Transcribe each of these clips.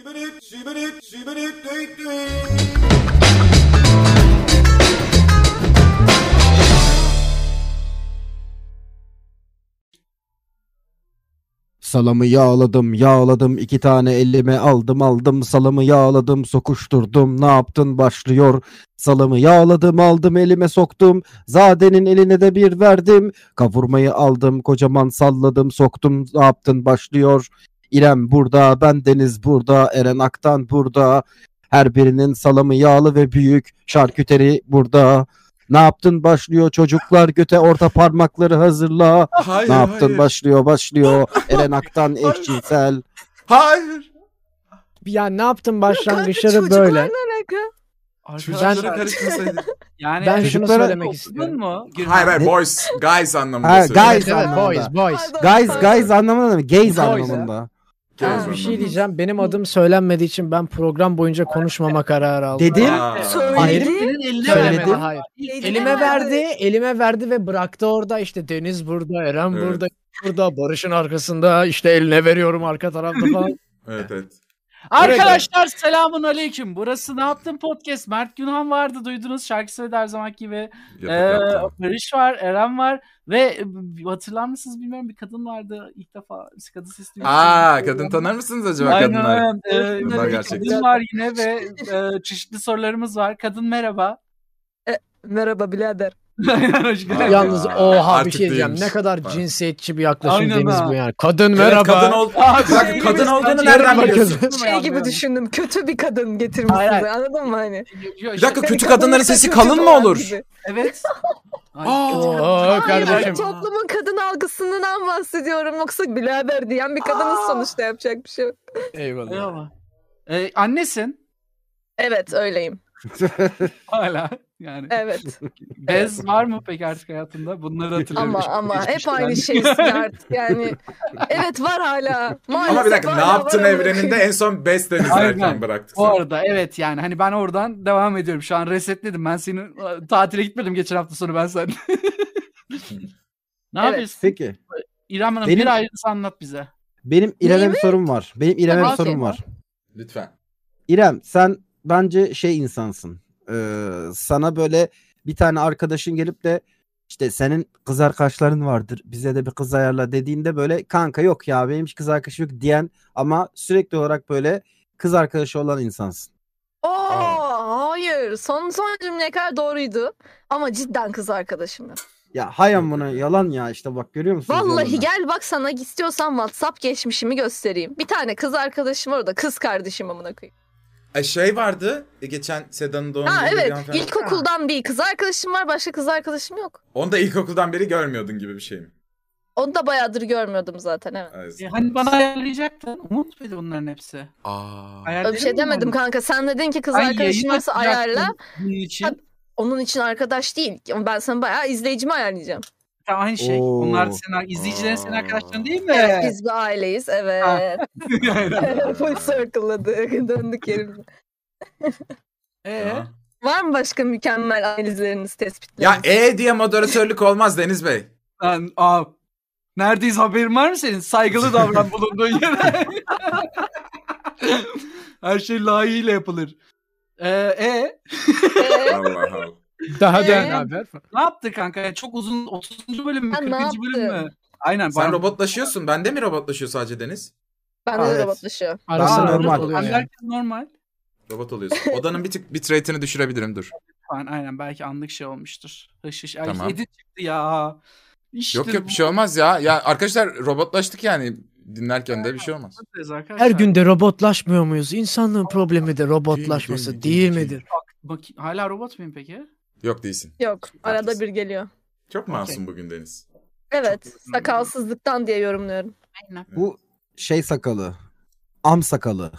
Şibirik, şibirik, şibirik, düik düik. Salamı yağladım yağladım iki tane elime aldım aldım salamı yağladım sokuşturdum ne yaptın başlıyor salamı yağladım aldım elime soktum zadenin eline de bir verdim kavurmayı aldım kocaman salladım soktum ne yaptın başlıyor İrem burada ben Deniz burada Eren Aktan burada her birinin salamı yağlı ve büyük şarküteri burada ne yaptın başlıyor çocuklar göte orta parmakları hazırla Hayır, ne yaptın Ee, hayır. başlıyor başlıyor. Eren Aktan eşcinsel. Hayır. Ya ne yaptım başlangıçları Çocuklarla böyle. alaka. Arkadaşlara Ben- karışmasaydın. Yani Ben şunu Çocuklara- söylemek Okudun istiyorum. mu? hayır hayır Ne? boys, guys anlamında Ha, söylüyorum. guys. Evet, evet, boys, anlamında. boys. Pardon, Guys pardon. guys anlamında mı? Gays Boys ya. anlamında. Guys Yalnız bir şey anlamında. diyeceğim. Benim adım söylenmediği için ben program boyunca konuşmama kararı aldım. Dedim. Aa. Söyledi. eline Söyledim. Söylemedi, hayır. Elime Elime verdi, elime verdi ve bıraktı orada işte Deniz burada, Eren Evet. burada, burada, Barış'ın arkasında işte eline veriyorum arka tarafta falan. Evet evet. Arkadaşlar selamun aleyküm. Burası Ne Yaptın Podcast. Mert Günhan vardı duydunuz. Şarkı söyledi her zamanki gibi. Ee, Yatak yaptım. Barış var, Eren var ve e, hatırlar mısınız bilmiyorum bir kadın vardı ilk defa kadın sesli. bir Aa şey. kadın tanır mısınız acaba Aynen, kadınlar? aynen. Ee, Kadınlar bir gerçekten. kadın var yine ve e, çeşitli sorularımız var. Kadın merhaba. Merhaba birader. Hoş geldin. Yalnız Aa, oha bir artık şey diyeceğim. değilmiş. Ne kadar Pardon. cinsiyetçi bir yaklaşım Aynen Deniz ha. bu yani. Kadın Evet, merhaba. kadın ol. Aa, Bak, şey gibi- kadın olduğunu Şey nereden gibi- biliyorsun? Şey gibi düşündüm. Kötü bir kadın Hayır, getirmişsiniz. hayır. Anladın mı hani? Bir dakika kötü Hani kadınların kadınların da sesi kötü kalın mı falan olur? gibi. Evet. Ay, Aa. kötü kadın. Oo, Hayır, kardeşim. toplumun kadın algısından bahsediyorum. Yoksa birader diyen bir kadının sonuçta yapacak bir şey yok. Eyvallah. Eyvallah. E, Ee, annesin. Evet öyleyim. Hala. Yani. Evet. Bez var mı peki artık hayatında? Bunları hatırlıyorum. ama ama hep aynı şey artık yani. Evet var hala. Maalesef Ama bir dakika ne hala var yaptın amına evreninde en son Best Deniz Aynen. erken bıraktık. Bu sen. arada evet yani hani ben oradan devam ediyorum. Şu an resetledim. Ben senin e, tatile gitmedim geçen hafta sonu ben sen. ne Evet. yapıyorsun? Peki. İrem Hanım bir Benim- ayrıntısı anlat bize. Benim İrem'e Neyimi? bir sorum var. Benim İrem'e bir Tamam, sorum aferin. var. Lütfen. İrem sen bence şey insansın. Ee, sana böyle bir tane arkadaşın gelip de işte senin kız arkadaşların vardır. Bize de bir kız ayarla dediğinde böyle kanka yok ya benim hiç kız arkadaşım yok diyen ama sürekli olarak böyle kız arkadaşı olan insansın. Oo, hayır. Son son cümle kadar doğruydu. Ama cidden kız arkadaşım yok. Ya hay amına yalan ya işte bak görüyor musun? Vallahi gel bak sana istiyorsan WhatsApp geçmişimi göstereyim. Bir tane kız arkadaşım var orada. Kız kardeşim amına koyayım. E, şey vardı e, geçen Seda'nın doğum Ha günü evet. İlkokuldan bir kız arkadaşım var. Başka kız arkadaşım yok. Onu da ilkokuldan beri görmüyordun gibi bir şey mi? Onu da bayağıdır görmıyordum zaten evet. Evet. E, hani bana ayarlayacaktın. Umut muydu bunların hepsi? Aa. Öyle bir şey demedim kanka. Sen dedin ki kız arkadaşın varsa ayarla. Bunun için. Ha- Onun için arkadaş değil. Ben sana bayağı izleyicimi ayarlayacağım. Ta- aynı şey. Oo. Onlar senin izleyicilerin senin arkadaşların değil mi? Evet, biz bir aileyiz. Evet. Full circle'ladık. Döndük yerimize. Ee, Var mı başka mükemmel analizleriniz, tespitleriniz? Ya e diye moderatörlük olmaz Deniz Bey. ben, aa, neredeyiz haberin var mı senin? Saygılı davran bulunduğun yere. Her şey layığıyla yapılır. Ee, e Ee, Allah Allah. Daha da Ee? ne haber? ne yaptı kanka? Çok uzun 30. bölüm mü? Ben ne 40. bölüm mü? yaptım? Aynen. Sen ben- robotlaşıyorsun. Bende mi robotlaşıyor sadece Deniz? bende de Evet. robotlaşıyor. Arası Aa, normal normal. oluyor Abi yani. herkes normal. Robot oluyorsun. Odanın bir tık bitrate'ini düşürebilirim dur. Falan, aynen belki anlık şey olmuştur. Hış hış. Ay Tamam. yedi çıktı ya. İşte Yok yok bir şey olmaz ya. Ya arkadaşlar robotlaştık yani dinlerken de bir şey olmaz. buradayız arkadaşlar. Her günde robotlaşmıyor muyuz? İnsanlığın problemi de robotlaşması değil midir? Bak, hala robot muyum peki? Yok değilsin. Yok, arada bir geliyor. Çok masum bugün Deniz. Evet, sakalsızlıktan diye yorumluyorum. Aynen. Bu şey sakalı. Am sakalı.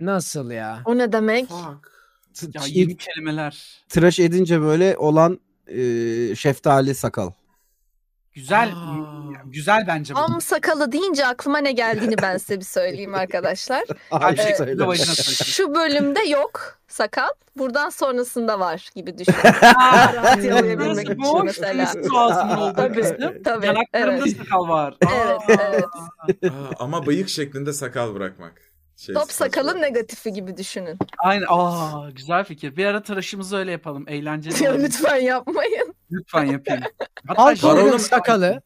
Nasıl ya? O ne demek? Fuck. T- Ya t- yeni kelimeler. tıraş edince böyle olan e, şeftali sakal. Güzel. Aa. yani güzel bence bu. Am sakalı deyince aklıma ne geldiğini ben size bir söyleyeyim arkadaşlar. Ay, Evet. söyle. Bir de vajina taşı. Şu bölümde yok sakal. Buradan sonrasında var gibi düşün. Aa, Rahat yalayabilmek nasıl için boş mesela. su ağzının olduğu Tabii, kısım. Tabii. Yanaklarımda Evet. sakal var. Evet, Aa. evet. Aa, ama bıyık şeklinde sakal bırakmak. Şey, Top sakalın negatifi gibi düşünün. Aynen. Aa güzel fikir. Bir ara tıraşımızı öyle yapalım. Eğlenceli. Ya olur. lütfen yapmayın. Lütfen yapayım. Hulk şey- Baron'un- Hogan'ın sakalı.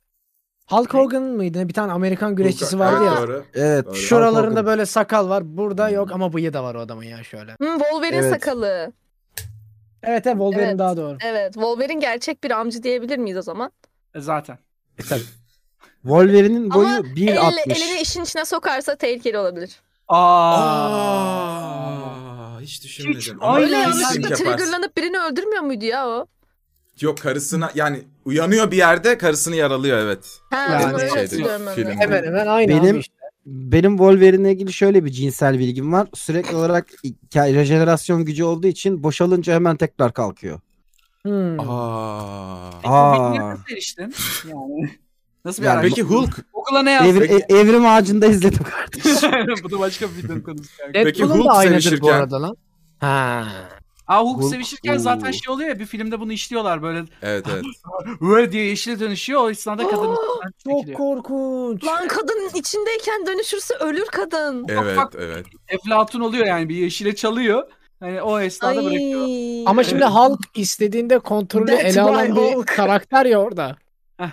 Hulk Hogan'ın mıydı? ne? Bir tane Amerikan güreşçisi vardı Evet, ya. Doğru. Evet. Doğru. Hmm. Şuralarında böyle sakal var. Burada yok ama bıyığı da var o adamın ya şöyle. Hmm, Wolverine Evet. sakalı. Evet evet Wolverine Evet. daha doğru. Evet Wolverine gerçek bir amcı diyebilir miyiz o zaman? E, Zaten. Wolverine'in boyu Ama Elle- 1.60. elini işin içine sokarsa tehlikeli olabilir. Aa. Aa, hiç düşünmedim. Hiç- Ama Aynen. Öyle bir şey Link yanlışlıkla yaparsın. triggerlanıp birini öldürmüyor muydu ya o? Yok karısına yani uyanıyor bir yerde karısını yaralıyor evet. Ha, Yani öyle şeyde, hatırlıyorum ben de. filmde. Hemen hemen aynı Benim- abi işte. Benim Wolverine'le ilgili şöyle bir cinsel bilgim var. Sürekli olarak hikaye- rejenerasyon gücü olduğu için boşalınca hemen tekrar kalkıyor. Hmm. Aa. Aa. Aa. Nasıl eriştin? Yani. Nasıl bir Yani ara? Peki Hulk. Google'a ne yazdın? Evri- e- evrim ağacında izledim kardeşim. Bu da başka bir videonun konusu. kanka. Peki Deadpool'un Hulk da aynıdır bu sevişirken- arada lan. Ha. Aa Hulk, Hulk- sevişirken zaten şey oluyor ya bir filmde bunu işliyorlar böyle Evet evet. böyle diye yeşile dönüşüyor o esnada kadın Çok korkunç. Lan kadın içindeyken dönüşürse ölür kadın. Evet evet. Eflatun oluyor yani bir yeşile çalıyor. Hani o esnada bırakıyor. Ay. Ama şimdi Hulk istediğinde kontrolü That's ele alan why bir Hulk. karakter ya orada.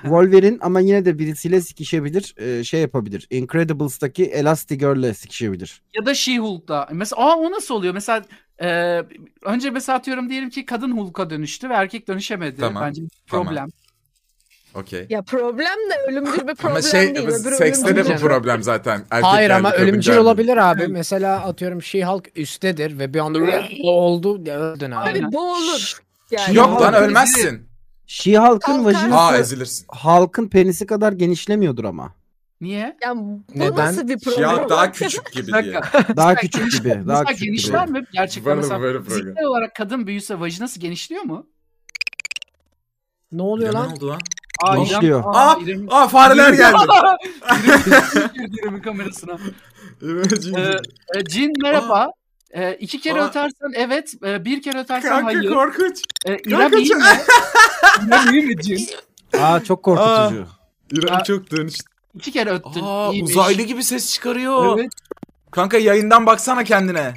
Wolverine ama yine de birisiyle sikişebilir. e, şey yapabilir. Incredibles'taki Elastigirl'le sikişebilir. Ya da She-Hulk'da. Mesela aa o nasıl oluyor? Mesela e, önce mesela atıyorum diyelim ki kadın Hulk'a dönüştü ve erkek dönüşemedi. Tamam, Bence bir tamam. problem. Okey. Ya problem de ölümcül bir problem Ama şey değil. öbürü sekste de ölümcül. bu problem zaten. Hayır Erkeklerde, ama ölümcül kadınlarda. olabilir abi. Mesela atıyorum She-Hulk üsttedir ve bir anda oldu ya öldün abi. Abi bu olur. Yani. Yok lan Yok, ölmezsin. She-Hulk'ın Kalkar. Aa vajinası ezilirsin. Hulk'ın penisi kadar genişlemiyordur ama. Niye? Yani bu Neden? nasıl bir problem? Ya daha küçük gibi Bir diye. dakika. Daha küçük gibi. Daha mesela küçük gibi. genişler mi? Gerçekten Varım, mesela varım, varım. fiziksel olarak kadın büyüse vajinası genişliyor mu? Ne oluyor İrem'e lan? Ne oldu lan? Aa, Genişliyor. Aa, İrem'in- Aa fareler geldi. İrem'in- İrem'in kamerasına. Imagine. Ee, Cin merhaba. Ee, iki kere Aa. ötersen evet, e, bir kere ötersen Kanka hayır. korkunç. Ee, İrem iyi mi? İrem iyi mi Cin? Aa çok korkutucu. İrem Aa. çok dönüştü. İki kere öttün. Aa iyiymiş. uzaylı gibi ses çıkarıyor. Evet. Kanka yayından baksana kendine.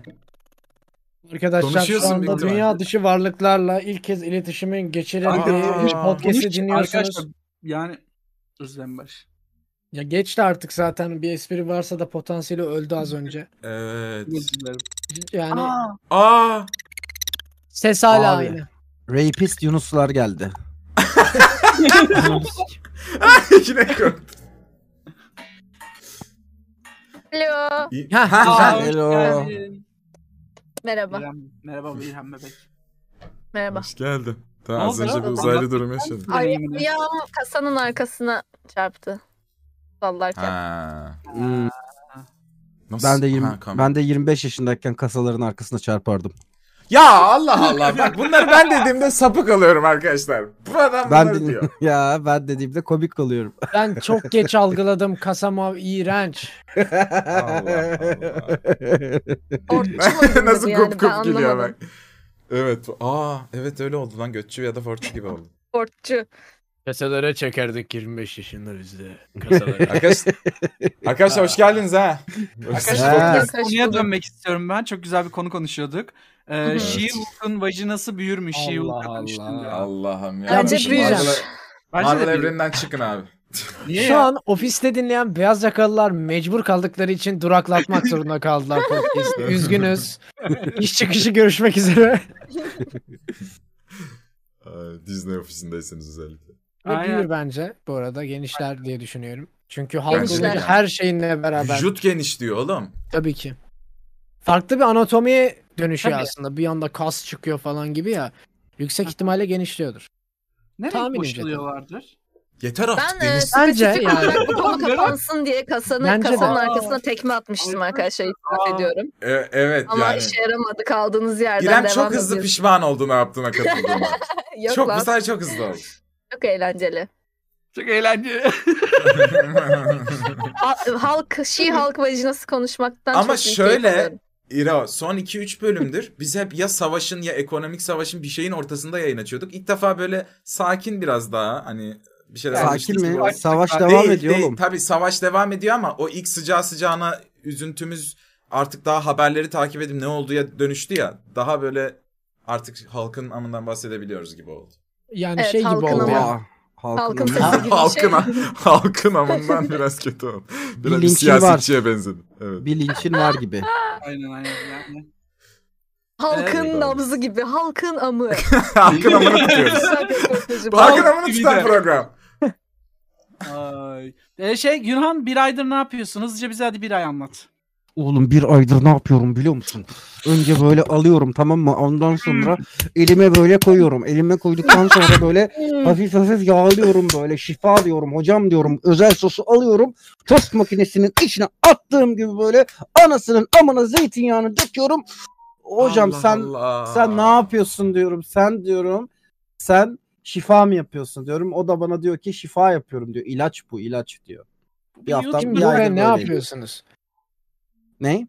Arkadaşlar şu Konuşuyorsun büyük anda ihtimalle. dünya dışı varlıklarla ilk kez iletişimin geçirildiği Kanka, bir aa, podcast'i Hiç- dinliyorsunuz. Arkadaşlar yani Özlem Baş. Ya geçti artık zaten bir espri varsa da potansiyeli öldü az önce. Evet. Özür dilerim. Yani Aa, Aa. ses hala Abi. aynı. Rapist Yunuslar geldi. Yine korktum. Alo. Heh, aa, güzel. hoş Hello. geldin. Merhaba. İrem, merhaba İrem Bebek. Merhaba. Hoş geldin. Ne Daha az oldu önce lan? bir uzaylı Anlat durum yaşadım. Ay Deneyimini. ayağım kasanın arkasına çarptı. Sallarken. Ha. Hmm, Nasıl? ben de 20 Ha, kamera. ben de 25 yaşındayken kasaların arkasına çarpardım. Ya Allah Allah bak bunları ben dediğimde sapık alıyorum arkadaşlar. Bu adam Ben bunları de, diyor. ya ben dediğimde komik oluyorum. Ben çok geç algıladım kasama iğrenç. Allah Allah. Ortçu muydum Nasıl dedi yani, kup kup ben gülüyor anlamadım. bak. Evet. Aa evet öyle oldu lan götçü ya da fortçu gibi oldu. Ortçu. Kasalara çekerdik 25 yaşında bizde. Kasalara. Arkadaşlar, arkadaşlar hoş geldiniz ha. Arkadaşlar Ha. bir konuya dönmek istiyorum ben. Çok güzel bir konu konuşuyorduk. Hı Ee, hı. She-Hulk'un vajinası büyür mü? She-Hulk'a Allah dönüştün Allah. ya. Allah'ım ya. Ya Bence bir şey diyeceğim. Marvel- Bence Marvel de büyür. evreninden çıkın abi. Niye Şu ya? an ofiste dinleyen beyaz yakalılar mecbur kaldıkları için duraklatmak zorunda kaldılar podcast'i. Üzgünüz. İş çıkışı görüşmek üzere. Ee, Disney ofisindeyseniz özellikle. Ve Aynen. büyür bence bu arada genişler diye düşünüyorum. Çünkü Genişler. halkındaki her şeyinle beraber Vücut geniş diyor oğlum. tabii ki. Farklı bir anatomiye dönüşüyor Tabii. aslında. Bir anda kas çıkıyor falan gibi ya. Yüksek ihtimalle genişliyordur. Ne renk Tahmin boşalıyorlardır? Yeter artık Ben e, Deniz. Bence spesifik yani. olarak bu konu kapansın diye kasanın, Bence de. kasanın Aa. arkasına tekme atmıştım arkadaşlar. itiraf Aa. ediyorum. E, evet Ama yani. işe yaramadı kaldığınız yerden İrem devam çok hızlı ediyoruz. pişman oldu ne yaptığına katıldığına. Yok çok lan, bu sefer çok hızlı oldu. çok eğlenceli. Çok eğlenceli. Ha- Ee, halk, şi halk vajinası konuşmaktan Ama çok iyi şöyle- keyif alıyorum. İra son 2-3 bölümdür biz hep ya savaşın ya ekonomik savaşın bir şeyin ortasında yayın açıyorduk. İlk defa böyle sakin biraz daha hani bir şeyler Sakin almıştık. mi? Değil, Savaş devam ediyor değil. oğlum. Tabii savaş devam ediyor ama o ilk sıcağı sıcağına üzüntümüz artık daha haberleri takip edip ne olduğuya dönüştü ya. Daha böyle artık halkın amından bahsedebiliyoruz gibi oldu. Yani Evet, şey gibi halkın oldu ama- ya. Aa, Halkın halkının- sesi gibi bir şey. halkın, halkın amından biraz kötü oldu. Biraz bir linkin siyasetçiye benzedi. Evet. Bir linçin var gibi. Aynen aynen. Yani. Halkın Evet. nabzı gibi. Halkın amı. halkın amını tutuyoruz. halkın amını tutan program. Ay. Ee, şey Günhan bir aydır ne yapıyorsun? Hızlıca bize hadi bir ay anlat. Oğlum bir aydır ne yapıyorum biliyor musun? Önce böyle alıyorum tamam mı? Ondan sonra elime böyle koyuyorum. Elime koyduktan sonra böyle hafif hafif yağlıyorum böyle. Şifa alıyorum hocam diyorum. Özel sosu alıyorum. Tost makinesinin içine attığım gibi böyle anasının amına zeytinyağını döküyorum. Hocam Allah sen Allah. sen ne yapıyorsun diyorum. Sen diyorum. Sen şifa mı yapıyorsun diyorum. O da bana diyor ki şifa yapıyorum diyor. İlaç bu ilaç diyor. Bir hafta bir YouTube mu? ay- Buraya Aynen ne öyleyim. yapıyorsunuz? Ne?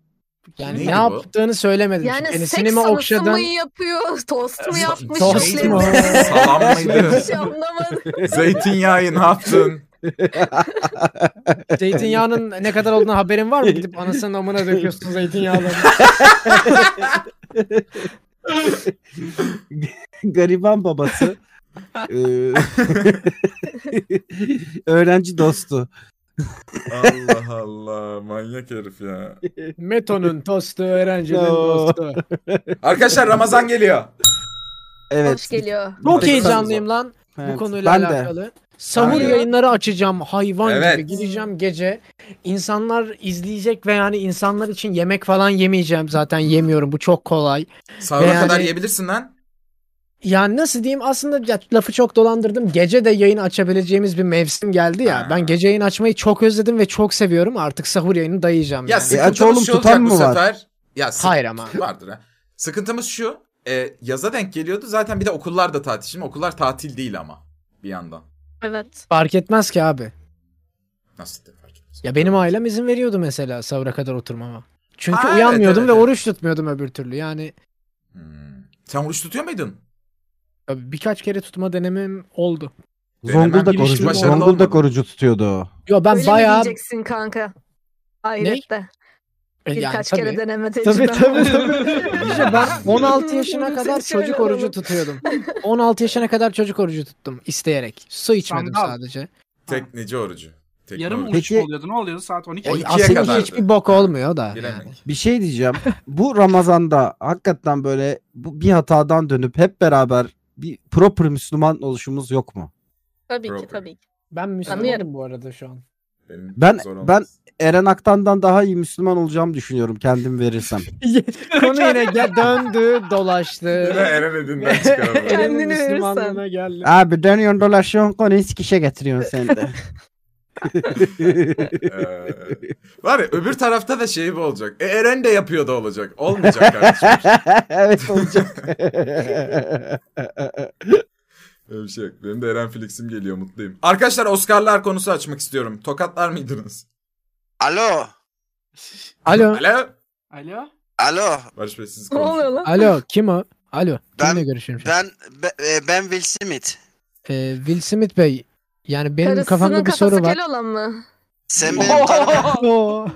Yani Neydi ne bu? yaptığını söylemedin. Yani Yani seks Penisini mi anası okşadın? mı yapıyor? Tost mu Sa- yapmış? tost Tost mu? mu? Salam mıydı? Hiç anlamadım. Zeytinyağı ne yaptın? Zeytinyağının ne kadar olduğunu haberin var mı? Gidip anasının amına döküyorsun zeytinyağını. gariban babası eee, öğrenci dostu Allah Allah manyak herif ya. Meto'nun tostu, öğrencinin No. tostu. Arkadaşlar Ramazan geliyor. evet Hoş geliyor. Çok Peki, heyecanlıyım lan bu evet, konuyla ben de alakalı. Sahur Ben de. yayınları açacağım hayvan Evet. gibi. Gideceğim gece. İnsanlar izleyecek ve yani insanlar için yemek falan yemeyeceğim zaten yemiyorum. Bu çok kolay. Sahura Yani- kadar yiyebilirsin lan. Yani nasıl diyeyim aslında ya, lafı çok dolandırdım. Gece de yayın açabileceğimiz bir mevsim geldi ya. Ha. Ben gece yayın açmayı çok özledim ve çok seviyorum. Artık sahur yayını dayayacağım. Ya yani. sık- sıkıntımız oğlum, şu olacak tutan bu mı var? sefer. Ya sık- Hayır ama. Vardır ha. Sıkıntımız şu. E, yaza denk geliyordu. Zaten bir de okullar da tatil. Şimdi okullar tatil değil ama. Bir yandan. Evet. Fark etmez ki abi. Nasıl da fark etmez. Ya benim ailem izin veriyordu mesela sahura kadar oturmama. Çünkü Ha, evet, uyanmıyordum evet, ve evet. oruç tutmuyordum öbür türlü. Yani Hmm. Sen oruç tutuyor muydun? tabii birkaç kere tutma denemem oldu. Zonguldak Denemem girişim orucu, başarılı Zonguldak olmadı. orucu tutuyordu o. Yo ben Öyle mi bayağı diyeceksin kanka? Ahirette. E, yani Birkaç tabii. kere deneme tecrübe. Tabii tabii tabii. İşte ben 16 yaşına kadar Şöyle çocuk alalım. orucu tutuyordum. 16 yaşına kadar çocuk orucu tuttum isteyerek. Su içmedim Sandal. sadece. Tekneci orucu. Tekne Yarım orucu. oruç Peki- mu oluyordu? Ne oluyordu? Saat 12. O E, ikiye aslında kadardı. hiçbir bok olmuyor da. Giremek. yani. Bir şey diyeceğim. Bu Ramazan'da hakikaten böyle bu bir hatadan dönüp hep beraber bir proper Müslüman oluşumuz yok mu? Tabii ki Proper. tabii ki. Ben Anlıyorum. Müslümanım bu arada şu an. Benim Ben- zor ben- olmaz. Eren Aktan'dan daha iyi Müslüman olacağım düşünüyorum kendim verirsem. Konu yine gel- döndü dolaştı. Yine Eren Edin'den çıkaralım. Elinin Kendini verirsen. Müslümanlığına geldi. Abi dönüyorsun dolaşıyorsun konuyu sikişe getiriyorsun sen de. Ee, var ya öbür tarafta da şey bu olacak. E, Eren de yapıyor da olacak. Olmayacak kardeşim. evet olacak. Öyle bir şey yok. Benim de Eren Felix'im geliyor mutluyum. Arkadaşlar Oscar'lar konusu açmak istiyorum. Tokatlar mıydınız? Alo. Alo. Alo. Alo. Alo. Barış Bey siz Ne oluyor konuşun. lan? Alo kim o? Alo. Kimle Ben- görüşüyorum şu an? Ben be- e, ben Will Smith. Ee, Will Smith Bey. Yani benim Karısının kafamda bir kafası soru var. kel olan mı? Sen benim, karıma, Oo.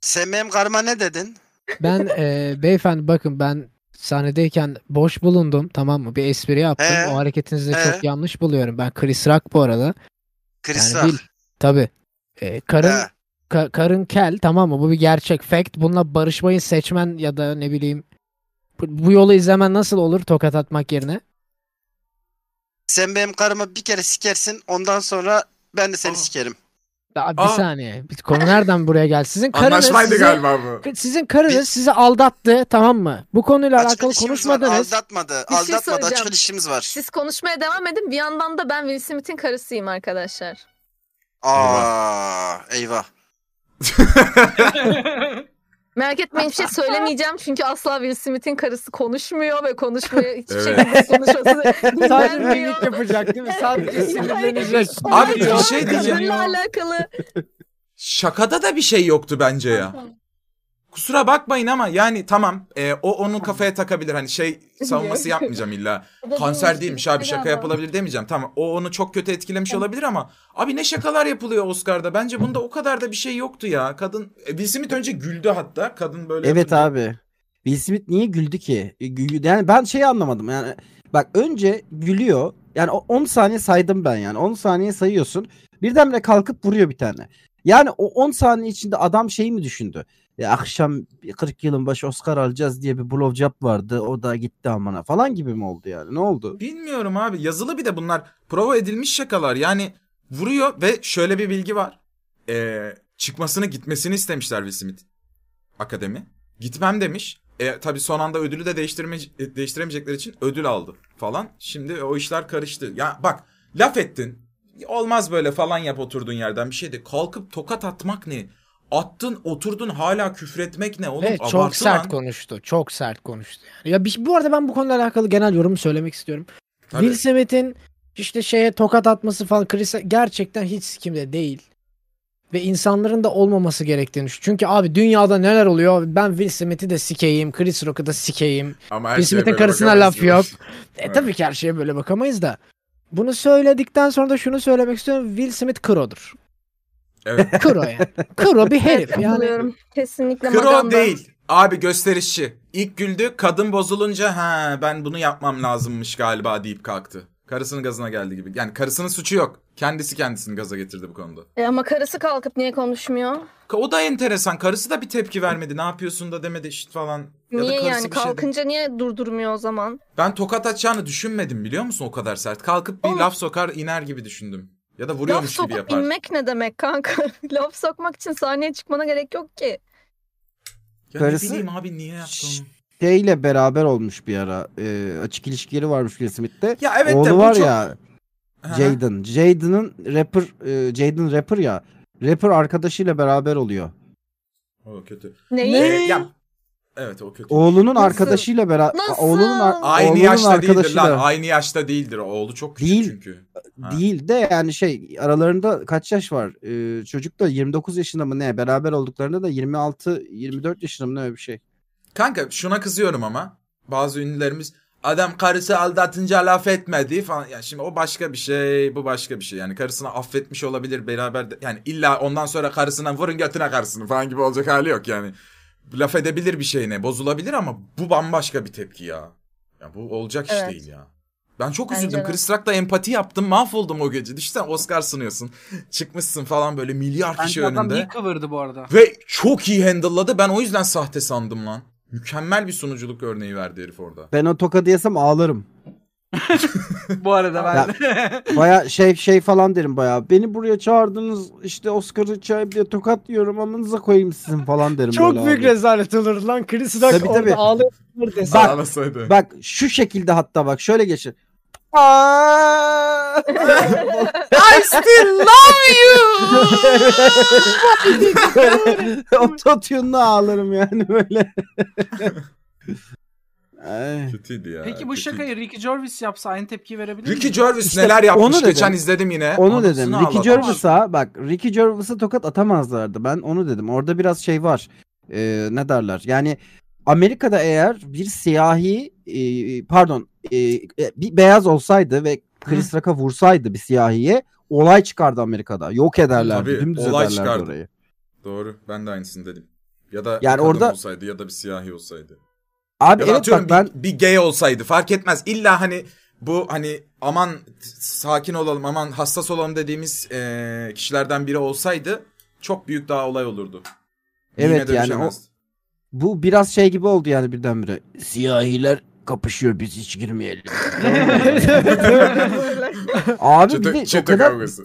sen benim karıma ne dedin? Ben e, beyefendi bakın ben sahnedeyken boş bulundum tamam mı? Bir espri yaptım. He. O hareketinizi de He. çok yanlış buluyorum. Ben Chris Rock bu arada. Chris Yani Rock. Ee? bil- Tabii. E, karın He. ka- karın kel tamam mı? Bu bir gerçek fact. Bununla barışmayı seçmen ya da ne bileyim bu, bu yolu izlemen nasıl olur tokat atmak yerine? Sen benim karımı bir kere sikersin ondan sonra ben de seni Aa. sikerim. Daha bir Aa. saniye. Bir konu nereden buraya geldi? Sizin karınız Anlaşmaydı sizi, galiba bu. sizin karınız Biz- sizi aldattı tamam mı? Bu konuyla Açık alakalı ilişkimiz var. konuşmadınız. Aldatmadı. şey Aldatmadı. Açık söyleyeceğim. şey ilişkimiz var. Siz konuşmaya devam edin. Bir yandan da ben Will Smith'in karısıyım arkadaşlar. Aa, eyvah. Merak etmeyin hiçbir şey söylemeyeceğim çünkü asla Will Smith'in karısı konuşmuyor ve konuşmaya hiçbir Evet. şekilde konuşması Sadece denmiyor. mimik yapacak değil mi? Sadece sinirlenecek. Abi bir Hayır, şey şey diyeceğim. Kadınla alakalı. Şakada da bir şey yoktu bence ya. Kusura bakmayın ama yani tamam e, o onun kafaya takabilir hani şey savunması yapmayacağım illa. Kanser değilmiş abi şaka yapılabilir demeyeceğim. Tamam o onu çok kötü etkilemiş olabilir ama abi ne şakalar yapılıyor Oscar'da. Bence bunda o kadar da bir şey yoktu ya. Kadın e, Will Smith önce güldü hatta. Kadın böyle Evet yapınca- abi. Will Smith niye güldü ki? E, gü- Yani ben şeyi anlamadım. Yani bak önce gülüyor. Yani o- 10 saniye saydım ben yani. 10 saniye sayıyorsun. Birdenbire kalkıp vuruyor bir tane. Yani o 10 saniye içinde adam şeyi mi düşündü? Ya akşam bir 40 yılın başı Oscar alacağız diye bir blowjob vardı. O da gitti amına falan gibi mi oldu yani? Ne oldu? Bilmiyorum abi. Yazılı bir de bunlar prova edilmiş şakalar. Yani vuruyor ve şöyle bir bilgi var. Ee, çıkmasını gitmesini istemişler Will Smith. Akademi. Gitmem demiş. E, tabii son anda ödülü de değiştirme, e, değiştiremeyecekleri için ödül aldı falan. Şimdi o işler karıştı. Ya bak laf ettin. Olmaz böyle falan yap oturduğun yerden bir şey de. Kalkıp tokat atmak ne? Attın oturdun hala küfretmek ne oğlum? Evet çok Abartı sert lan. konuştu. Çok sert konuştu yani. Ya bir, bu arada ben bu konuyla alakalı genel yorumu söylemek istiyorum. Tabii. Will Smith'in işte şeye tokat atması falan Chris'e gerçekten hiç sikimde değil. Ve insanların da olmaması gerektiğini düşünüyorum. Çünkü abi dünyada neler oluyor? Ben Will Smith'i de sikeyim, Chris Rock'ı da sikeyim. Ama her Will şeye Smith'in böyle karısına bakamazsın. laf yok. E Evet. tabii ki her şeye böyle bakamayız da. Bunu söyledikten sonra da şunu söylemek istiyorum. Will Smith krodur. Evet. Kro yani. Kro bir herif. Yani Katılıyorum. Kesinlikle Kro maganda. değil. Abi gösterişçi. İlk güldü kadın bozulunca ha ben bunu yapmam lazımmış galiba deyip kalktı. Karısının gazına geldi gibi. Yani karısının suçu yok. Kendisi kendisini gaza getirdi bu konuda. E ama karısı kalkıp niye konuşmuyor? Ka- O da enteresan. Karısı da bir tepki vermedi. Ne yapıyorsun da demedi işte falan. Ya da niye karısı yani bir şey de- kalkınca niye durdurmuyor o zaman? Ben tokat atacağını düşünmedim biliyor musun o kadar sert. Kalkıp bir Oğlum. laf sokar iner gibi düşündüm. Ya da Laf vuruyormuş gibi sokup yapar. inmek ne demek kanka? Laf sokmak için sahneye çıkmana gerek yok ki. Ya Karısı- ne bileyim abi niye yaptı onu? Şeyle beraber olmuş bir ara. E, açık ilişkileri varmış Will Smith'te. Ya evet de Oğlu bu var çok... ya. Aha. Jaden. Jaden'ın rapper e, Jaden rapper ya. Rapper arkadaşıyla beraber oluyor. O kötü. Neyi? Ee, ya- Evet o kötü. Oğlunun Nasıl? arkadaşıyla beraber Nasıl? oğlunun ar- Aynı oğlunun yaşta değildir arkadaşıyla lan. Aynı yaşta değildir. Oğlu çok küçük Değil. çünkü. Ha. değil de yani şey aralarında kaç yaş var? Ee, çocuk da 29 yaşında mı ne? Beraber olduklarında da 26 24 yaşında mı ne öyle bir şey. Kanka şuna kızıyorum ama. Bazı ünlülerimiz adam karısı aldatınca laf etmedi falan. Ya şimdi o başka bir şey, bu başka bir şey. Yani karısını affetmiş olabilir beraber de. Yani illa ondan sonra karısına vurun götüne karısını falan gibi olacak hali yok yani. Laf edebilir bir şeyine, bozulabilir ama bu bambaşka bir tepki ya. Ya bu olacak iş Evet. değil ya. Ben çok Bence üzüldüm. de. Chris Rock'la empati yaptım. Mahvoldum o gece. Düşünsene Oscar sunuyorsun. Çıkmışsın falan böyle milyar kişi Bence adam önünde. iyi kıvırdı bu arada. Ve çok iyi handle'ladı. Ben o yüzden sahte sandım lan. Mükemmel bir sunuculuk örneği verdi herif orada. Ben o tokadı yesem ağlarım. bu arada ben. Baya şey şey falan derim baya. Beni buraya çağırdınız işte Oscar'ı çay diye tokat yiyorum amanıza koyayım sizin falan derim. çok böyle büyük abi. rezalet olur lan. Chris Rock Tabii, orada tabii. ağlayıp durur desen. Bak, Ağlasaydı. Bak şu şekilde hatta bak şöyle geçir. Aa! I still love you. Ototune'la ağlarım yani böyle. Ay. Kötüydü ya. Peki bu kötüydü. şakayı Ricky Gervais yapsa aynı tepki verebilir mi? Ricky Gervais İşte neler yapmış onu geçen dedim. izledim yine. Onu Anasını dedim. ağladım. Ricky Gervais'a bak Ricky Gervais'a tokat atamazlardı. Ben onu dedim. Orada biraz şey var. Ee, ne derler? Yani Amerika'da eğer bir siyahi e, pardon e, e, bir beyaz olsaydı ve Chris Rock'a vursaydı bir siyahiye olay çıkardı Amerika'da. Yok ederlerdi. Tabii, dümdüz olay ederlerdi çıkardı. orayı. Doğru. Ben de aynısını dedim. Ya da Yani kadın orada- olsaydı ya da bir siyahi olsaydı. Abi Ya da evet atıyorum bak ben bir, bir gay olsaydı fark etmez. İlla hani bu hani aman sakin olalım aman hassas olalım dediğimiz eee, kişilerden biri olsaydı çok büyük daha olay olurdu. Mime Evet, yani dönüşemezdi. bu biraz şey gibi oldu yani birdenbire. Siyahiler kapışıyor biz hiç girmeyelim. Abi bir de Çıtı, o çıtı kadar kavgası.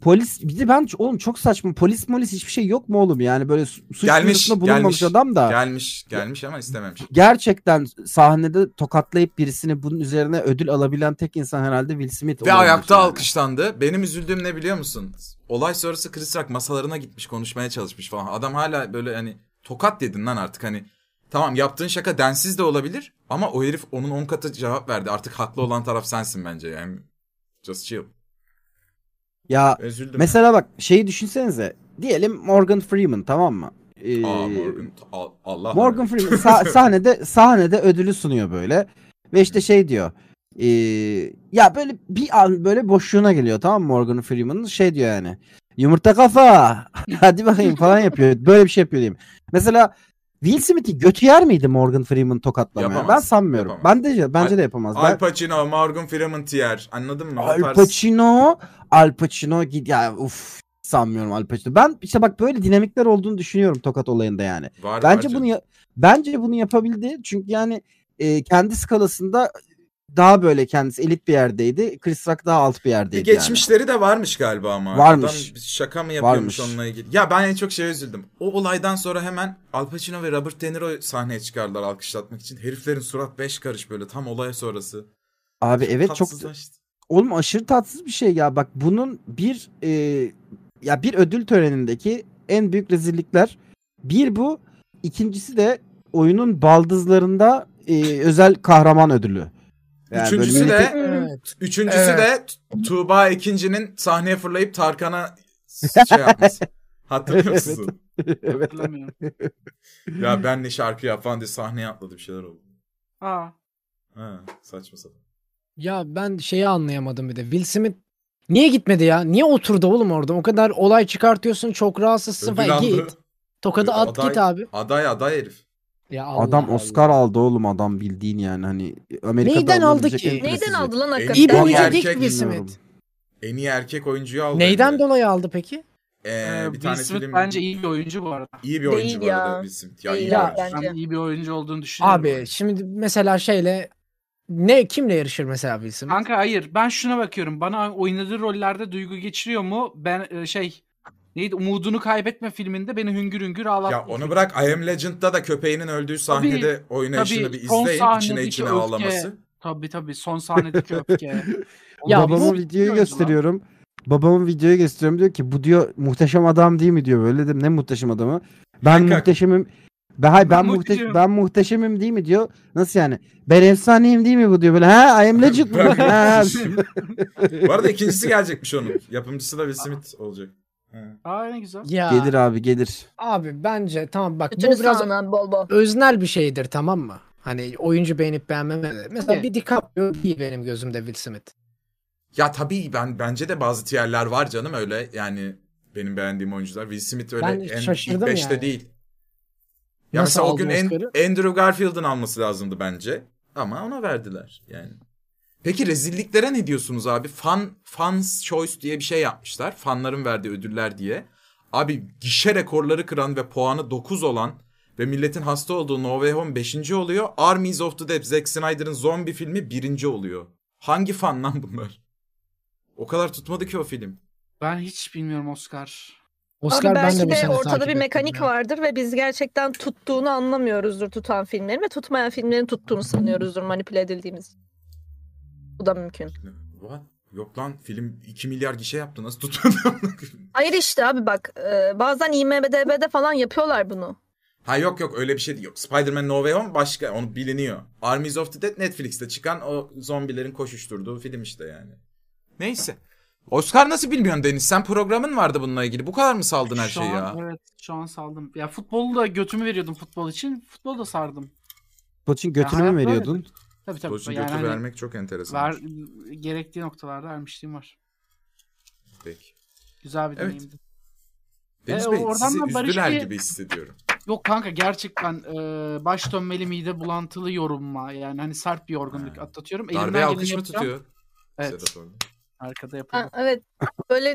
polis bir de ben oğlum çok saçma polis molis hiçbir şey yok mu oğlum yani böyle su- suç Gelmiş, duyurusunda bulunmamış gelmiş. adam da Gelmiş gelmiş ama istememiş. gerçekten sahnede tokatlayıp birisini bunun üzerine ödül alabilen tek insan herhalde Will Smith Ve olabilir ayakta yani. alkışlandı. Benim üzüldüğüm ne biliyor musun? Olay sonrası Chris Rock masalarına gitmiş konuşmaya çalışmış falan. Adam hala böyle hani tokat dedin lan artık hani. Tamam yaptığın şaka densiz de olabilir ama o herif onun 10 katı cevap verdi. Artık haklı olan taraf sensin bence yani. Just chill. Ya Üzüldüm. mesela bak şeyi düşünsenize diyelim Morgan Freeman tamam mı? Ee, e, Aa, Morgan, Al- Allah. Morgan Freeman sa- sahnede sahnede ödülü sunuyor böyle. Ve işte şey diyor. e, ya böyle bir an böyle boşluğuna geliyor tamam mı Morgan Freeman'ın şey diyor yani. Yumurta kafa. Hadi bakayım falan yapıyor. Böyle bir şey yapıyor diyeyim. Mesela Will Smith'i götü yer miydi Morgan Freeman tokatlamaya? Yapamaz, Ben sanmıyorum. yapamaz. Ben de bence de yapamaz. Ben- Al Pacino, Morgan Freeman tier. Anladın mı? O Al tarz- Pacino, Al Pacino gid- ya uf sanmıyorum Al Pacino. Ben işte bak böyle dinamikler olduğunu düşünüyorum Tokat olayında yani. Var, var Bence canım. bunu ya- bence bunu yapabildi. Çünkü yani e, kendi skalasında daha böyle kendisi elit bir yerdeydi. Chris Rock daha alt bir Bir yerdeydi. yani. geçmişleri de varmış galiba ama. Varmış. Adam şaka mı yapıyormuş Varmış. onunla ilgili? Ya ben en çok şeye üzüldüm. O olaydan sonra hemen Al Pacino ve Robert De Niro sahneye çıkardılar alkışlatmak için. Heriflerin surat beş karış böyle tam olay sonrası. Abi evet çok Tatsızlaştı. oğlum aşırı tatsız bir şey ya. Bak bunun bir e, ya bir ödül törenindeki en büyük rezillikler bir bu, ikincisi de oyunun baldızlarında e, özel kahraman ödülü. Yani böyle Üçüncüsü milleti- de Evet. Üçüncüsü Evet. de Tu- Tuğba Ekinci'nin sahneye fırlayıp Tarkan'a şey yapması. Hatırlıyor Evet. musun? evet. Hatırlamıyorum. ya ben ne şarkı yap falan diye sahneye atladı bir şeyler oldu. Aa. Ha, saçma sapan. Ya ben şeyi anlayamadım bir de. Will Smith niye gitmedi ya? Niye oturdu oğlum orada? O kadar olay çıkartıyorsun, çok rahatsızsın Ödül falan. aldı. Git. Tokadı Ödül at aday. git abi. Aday aday herif. Ya Allah Adam Allah. Oscar aldı oğlum adam bildiğin yani hani Amerika'da Neyden aldı alınabilecek ki? en Neyden prestijli- aldı lan hakikaten? İyi bir Adam oyuncu erkek değil ki Will bilmiyorum. Smith. En iyi erkek oyuncuyu aldı. Neyden ödülü. dolayı aldı peki? Ee, Ee, bir tane Will Smith film bence iyi bir oyuncu bu arada. iyi bir oyuncu Değil bu arada ya. Will Smith. Ya, Değil iyi ya, bir oyuncu. bence. Ben iyi bir oyuncu olduğunu düşünüyorum. Abi şimdi mesela şeyle ne kimle yarışır mesela Will Smith? Kanka hayır. Ben şuna bakıyorum. Bana oynadığı rollerde duygu geçiriyor mu? Ben e, şey neydi? Umudunu kaybetme filminde beni hüngür hüngür ağlattı. Ya onu bırak I Am Legend'da da köpeğinin öldüğü sahnede oynayışını tabii, bir son izleyin. sahnedeki İçine içine öfke. ağlaması. Tabii tabii. Son sahnedeki öfke. Ya Babamın bu- videoyu Lan. gösteriyorum. Babamın videoyu gösteriyorum diyor ki bu diyor muhteşem adam değil mi diyor böyle dedim ne muhteşem adamı? Ben Kanka. muhteşemim. Ben, hayır, ben, Ben muhte- muhteşemim. ben muhteşemim değil mi diyor. Nasıl yani? Ben efsaneyim değil mi bu diyor böyle. Ha I am legend mi? Ben- Ha. Bu arada ikincisi gelecekmiş onun. Yapımcısı da Will Smith olacak. Ha. Aa ne güzel. Ya gelir abi gelir. abi bence tamam bak bu Götünü biraz sağına bol bol. öznel bir şeydir tamam mı? Hani oyuncu beğenip beğenmeme. Mesela Evet. bir DiCaprio değil benim gözümde Will Smith. Ya tabii ben bence de bazı tierler var canım öyle yani benim beğendiğim oyuncular. Will Smith öyle Ben en ilk şaşırdım beşte yani. değil. Ya Nasıl mesela o aldı gün en, Oscar'ı? Andrew Garfield'ın alması lazımdı bence. Ama ona verdiler yani. Peki rezilliklere ne diyorsunuz abi? Fan, fans choice diye bir şey yapmışlar. Fanların verdiği ödüller diye. Abi gişe rekorları kıran ve puanı 9 olan ve milletin hasta olduğu No Way Home 5. oluyor. Armies of the Dead Zack Snyder'ın zombi filmi 1. oluyor. Hangi fan lan bunlar? O kadar tutmadı ki o film. Ben hiç bilmiyorum Oscar. Oscar Abi ben de belki bu de sene ortada takip bir ettim mekanik ya. vardır ve biz gerçekten tuttuğunu anlamıyoruzdur tutan filmlerin ve tutmayan filmlerin tuttuğunu sanıyoruzdur manipüle edildiğimiz. için. Bu da mümkün. What? Yok lan film 2 milyar gişe yaptı nasıl tutmadı? Hayır işte abi bak e, bazen IMDB'de falan yapıyorlar bunu. ha yok yok öyle bir şey değil. Yok Spider-Man No Way Home başka onu biliniyor. Armies of the Dead Netflix'te çıkan o zombilerin koşuşturduğu film işte yani. Neyse. Oscar nasıl bilmiyorsun Deniz? Sen programın vardı bununla ilgili. Bu kadar mı saldın her Şu şeyi ya? an, Evet şu an saldım. Ya futbolu da götümü veriyordum futbol için. Futbolu da sardım. Koçun Ya götünü hayat mü böyle. veriyordun? Tabii tabii. Doç'un yani götü hani vermek çok enteresan. ver, gerektiği noktalarda vermişliğim var. Peki. Güzel bir Evet. deneyimdi. Deniz E, Bey oradan sizi da Barış üzdüler Bey- gibi hissediyorum. Yok kanka gerçekten e, baş dönmeli mide bulantılı yorulma yani hani sert bir yorgunluk Ha. atlatıyorum. Elimden Darbe geleni alkış mı yapacağım. tutuyor? Evet Sedat Orhan? arkada Ha, yapalım. evet böyle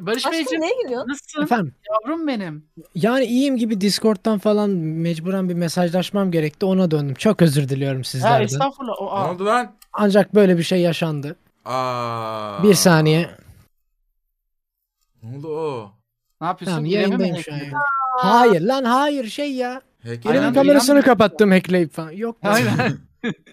Barış aşkım Beyciğim neye gülüyorsun? nasılsın Efendim yavrum benim? yani iyiyim gibi Discord'dan falan mecburen bir mesajlaşmam gerekti ona döndüm. Çok özür diliyorum Ha, sizlerden. estağfurullah. O, Ne aa. oldu lan? Ancak böyle bir şey yaşandı. Aa. Bir saniye. Ne oldu o? Ne yapıyorsun? Tamam İrem'i mi yayındayım şu an. hackledin? ya. Hayır lan hayır şey ya. Hack Aynen, Aynen, edildi. Aynen. kamerasını kapattım hackleyip falan. Yok. Aynen.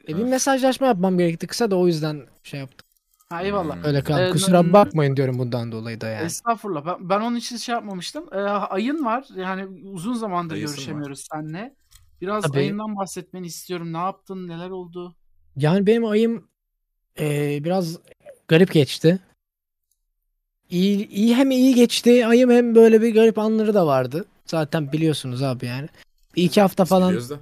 E, bir mesajlaşma yapmam gerekti kısa da o yüzden şey yaptım. Ha, eyvallah. Hmm. Öyle kaldı. Ee, Kusura n- bakmayın diyorum bundan dolayı da yani. Estağfurullah. Ben, ben onun için şey yapmamıştım. Ee, ayın var. Yani uzun zamandır Dayısın görüşemiyoruz seninle. Biraz Tabii. ayından bahsetmeni istiyorum. Ne yaptın? Neler oldu? Yani benim ayım e, biraz garip geçti. İyi, iyi hem iyi geçti ayım hem böyle bir garip anları da vardı. Zaten biliyorsunuz abi yani. Bir iki hafta falan Biliyoruz da.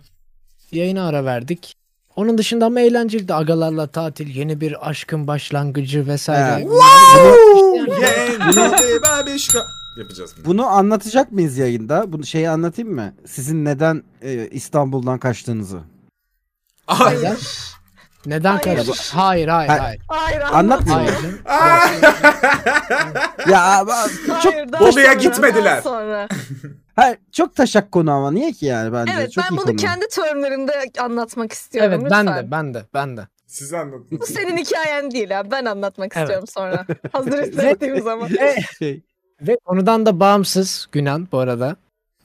yayına ara verdik. Onun dışında ama eğlenceliydi. Agalarla tatil, yeni bir aşkın başlangıcı vesaire. Evet. Yendi babişka. Yapacağız bunu. Bunu anlatacak mıyız yayında? Bunu şeyi anlatayım mı? Sizin neden e, İstanbul'dan kaçtığınızı. Ay. Neden? Neden Hayır. karıştı? Hayır hayır Ha- hayır. Hayır Anlatmayayım. Hayır. canım. Aa! ya ama çok Hayır, daha Bolu'ya sonra, gitmediler. daha Sonra. hayır, çok taşak konu ama niye ki yani bence Evet çok ben iyi bunu konu. kendi terimlerimde anlatmak istiyorum Evet lütfen. ben de ben de ben de. Siz anlatın. Bu senin hikayen değil abi. Ben anlatmak Evet. istiyorum sonra. Hazır hissettiğim zaman. E, Şey, Ee, Ve konudan da bağımsız Günan bu arada.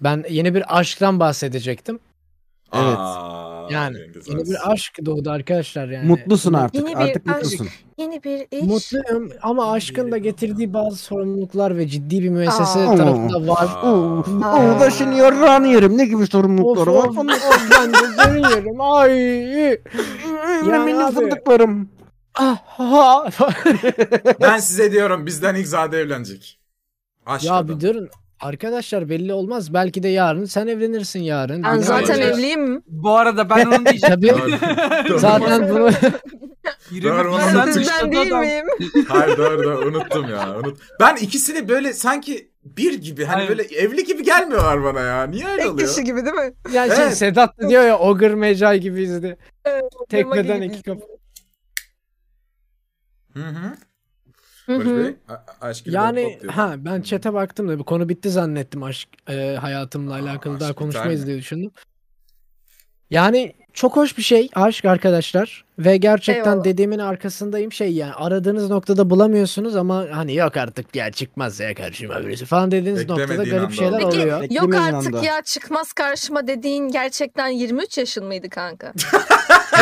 Ben yeni bir aşktan bahsedecektim. Evet. Aa, Yani, Cengiz Yeni Arslan. bir aşk doğdu arkadaşlar yani. mutlusun artık. Yeni bir artık aşk. mutlusun. Yeni bir iş. Mutluyum ama aşkın da getirdiği bazı sorumluluklar ve ciddi bir müessese Aa. tarafında var. Oo, Aa. oo, başını yarrağını yerim. Ne gibi sorumlulukları var? Of, of, of, ben de dönüyorum. Ay. Yani Yani abi- fındıklarım. Ah, ha. Ben size diyorum bizden ilk zade evlenecek. Aşk ya adam. bir durun. Arkadaşlar belli olmaz. Belki de yarın sen evlenirsin yarın. Ben Bilmiyorum. zaten Ya. evliyim. Bu arada ben onu diyeceğim. Tabii. Doğru. Doğru. zaten bunu Doğru, 20 onu Ben Sen sizden değil miyim? Hayır doğru doğru unuttum ya. Unut. Ben ikisini böyle sanki bir gibi hani Aynen. böyle evli gibi gelmiyorlar bana ya. Niye öyle Tek oluyor? kişi gibi değil mi? yani şey Evet. Sedat da diyor ya ogre mecai gibiyiz diye. Evet, Tekmeden gibi. iki kafa. Hı hı. Hı Barış hı. Bey, a- aşk gibi Yani hop hop diyor. ha ben çete baktım da bu konu bitti zannettim aşk e, hayatımla Aa, alakalı daha aşk biter mi? konuşmayız diye düşündüm. Yani çok hoş bir şey aşk arkadaşlar ve gerçekten Eyvallah. dediğimin arkasındayım şey yani aradığınız noktada bulamıyorsunuz ama hani yok artık ya çıkmaz ya karşıma birisi falan dediğiniz noktada Beklemediğin garip anda şeyler oluyor. oluyor. Peki- Yok Beklemeyin artık anda. ya çıkmaz karşıma dediğin gerçekten 23 yaşın mıydı kanka?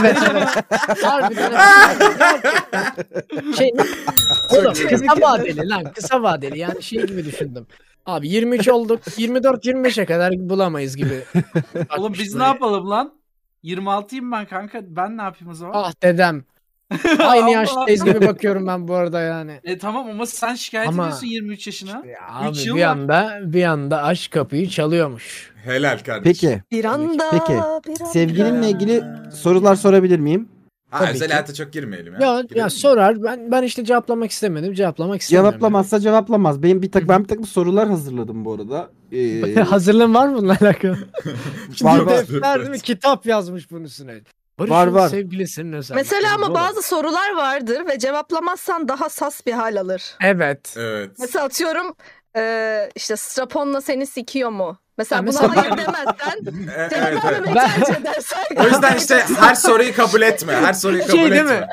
Evet. Harbiden. Gerçekten. Şey, oğlum, kısa vadeli lan kısa vadeli yani şey gibi düşündüm. Abi 23 olduk 24-25'e kadar bulamayız gibi. Oğlum biz Bakmıştım. ne yapalım lan? 26'yım ben kanka. Ben ne yapayım o zaman? Ah dedem. Aynı yaştayız gibi bakıyorum ben bu arada yani. E tamam ama sen şikayet Ama- ediyorsun 23 yaşına. Abi Üç yıl bir var. anda bir anda aşk kapıyı çalıyormuş. Helal kardeşim. Peki Bir anda. Peki. Bir anda. sevgilinle ilgili sorular sorabilir miyim? Ha, tabii özel ki. hayata çok girmeyelim ya. Ya, Girelim ya mi? sorar ben ben işte cevaplamak istemedim cevaplamak istemiyorum. Cevaplamazsa cevaplamaz. Benim bir tak ben bir takım sorular hazırladım bu arada. Ee, Hazırlığın var mı bununla alakalı? var Yok, var. dur, Defter dur. değil mi? Kitap yazmış bunun üstüne. Barış'ın Var, var. sevgilisinin özel. Mesela ama Doğru. bazı sorular vardır ve cevaplamazsan daha sas bir hal alır. Evet. Evet. Mesela atıyorum eee, işte straponla seni sikiyor mu? Mesela Ha, buna mesela- hayır demezsen, E, evet, cevap evet. vermemeyi Ben- tercih edersen. O yüzden işte her soruyu kabul etme. Her soruyu kabul Şey değil etme. mi?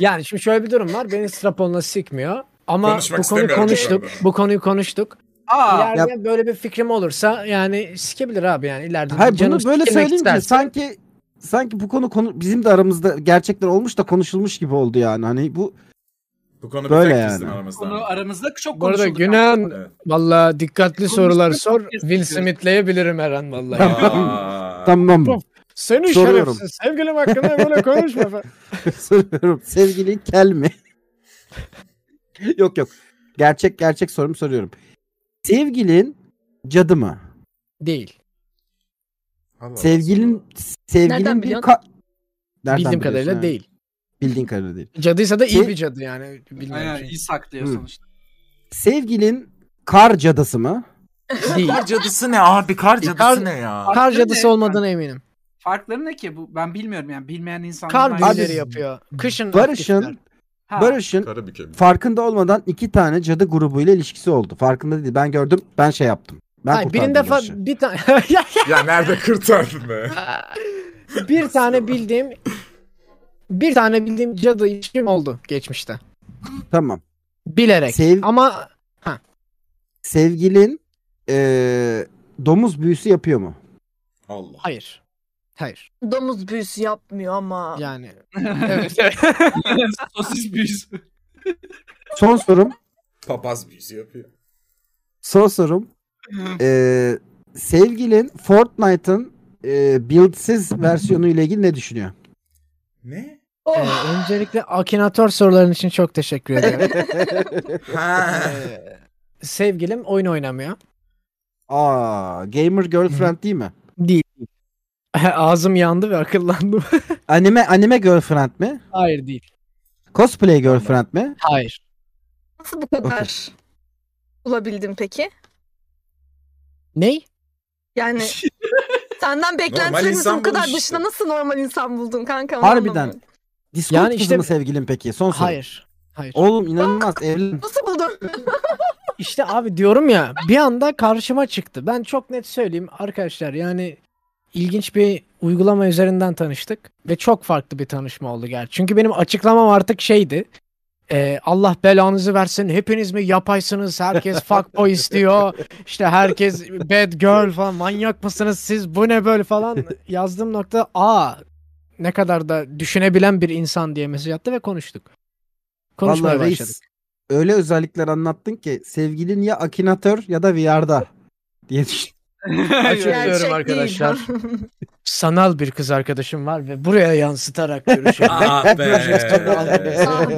Yani şimdi şöyle bir durum var. Beni straponla sikmiyor. Ama Konuşmak bu konuyu istemiyorum şu konuştuk. anda. Bu konuyu konuştuk. Aa, İleride böyle bir fikrim olursa yani sikebilir abi yani ileride. Hayır canım bunu böyle sikmek söyleyeyim ki isterse- sanki sanki bu konu konu bizim de aramızda gerçekler olmuş da konuşulmuş gibi oldu yani. Hani bu Bu konu Böyle bir tek yani. bizim aramızda. konu aramızda çok Bu arada konuşuldu. Günan Evet. valla dikkatli sorular sor. şey konuştuk. Will Smith'leyebilirim her an valla. Aa. tamam Tamam. Seni Soruyorum. şerefsiz sevgilim hakkında böyle konuşma falan. soruyorum. Sevgili kel mi? yok yok. Gerçek gerçek sorumu soruyorum. Sevgilin cadı mı? Değil. Allah Allah. Sevgilin sevgilin Nereden bir biliyorsun? ka- Nereden Bildiğim biliyorsun kadarıyla yani? değil. Bildiğin kadarıyla değil. Cadıysa da iyi Ki- bir cadı yani. Bilmem Aynen şey. iyi saklıyor Hı. sonuçta. Sevgilin kar cadısı mı? Değil. Kar cadısı ne abi? Kar cadısı Kar- ne ya? Kar Farkları cadısı ne? olmadığına eminim. Farkları ne ki bu? Ben bilmiyorum yani. Bilmeyen insanlar. Kar var. büyüleri yapıyor. Kışın aktifler. Barış'ın Ha, Barış'ın Karı bir kere. farkında olmadan iki tane cadı grubuyla ilişkisi oldu. Farkında değil. Ben gördüm. Ben şey yaptım. Ben Hayır, kurtardım birinde Barış'ı. fa- bir tane Ya nerede kurtardın be? bir tane bildiğim bir tane bildiğim cadı işim oldu geçmişte. Tamam. Bilerek. Sev- Ama Sevgilin eee, domuz büyüsü yapıyor mu? Allah. hayır. Hayır. Domuz büyüsü yapmıyor ama. Yani Sosis büyüsü. Son sorum. Papaz büyüsü yapıyor. Son sorum. Eee, sevgilin Fortnite'ın eee buildsiz versiyonu ile ilgili ne düşünüyor? Ne? Oh, e, öncelikle Akinator soruların için çok teşekkür ediyorum. Ha. Ah Ee, sevgilim oyun oynamıyor. Aa, gamer girlfriend değil mi? Değil. Ağzım yandı ve akıllandım. Anime anime girlfriend mi? Hayır değil. Cosplay girlfriend mi? Hayır. Nasıl bu kadar bulabildin peki? Ney? Yani senden beklentilerimizin insan bu kadar bulmuş dışında işte. nasıl normal insan buldun kanka? Onu Harbiden. anlamıyorum. Discord Yani yani işte- mı sevgilin peki? Son soru. Hayır. Hayır. Oğlum inanılmaz evlen. Nasıl buldun? İşte abi diyorum ya bir anda karşıma çıktı. Ben çok net söyleyeyim arkadaşlar yani ilginç bir uygulama üzerinden tanıştık ve çok farklı bir tanışma oldu gerçi. Çünkü benim açıklamam artık şeydi. e, Allah belanızı versin hepiniz mi yapaysınız herkes fuckboy istiyor işte herkes bad girl falan manyak mısınız siz bu ne böyle falan yazdığım nokta a ne kadar da düşünebilen bir insan diye mesaj attı ve konuştuk. Konuşmaya Vallahi başladık. reis. Öyle özellikler anlattın ki sevgilin ya Akinator ya da VR'da diye düşün. Gerçek Açıklıyorum değil. arkadaşlar. sanal bir kız arkadaşım var ve buraya yansıtarak görüşüyorum. Ah be. ah be. ah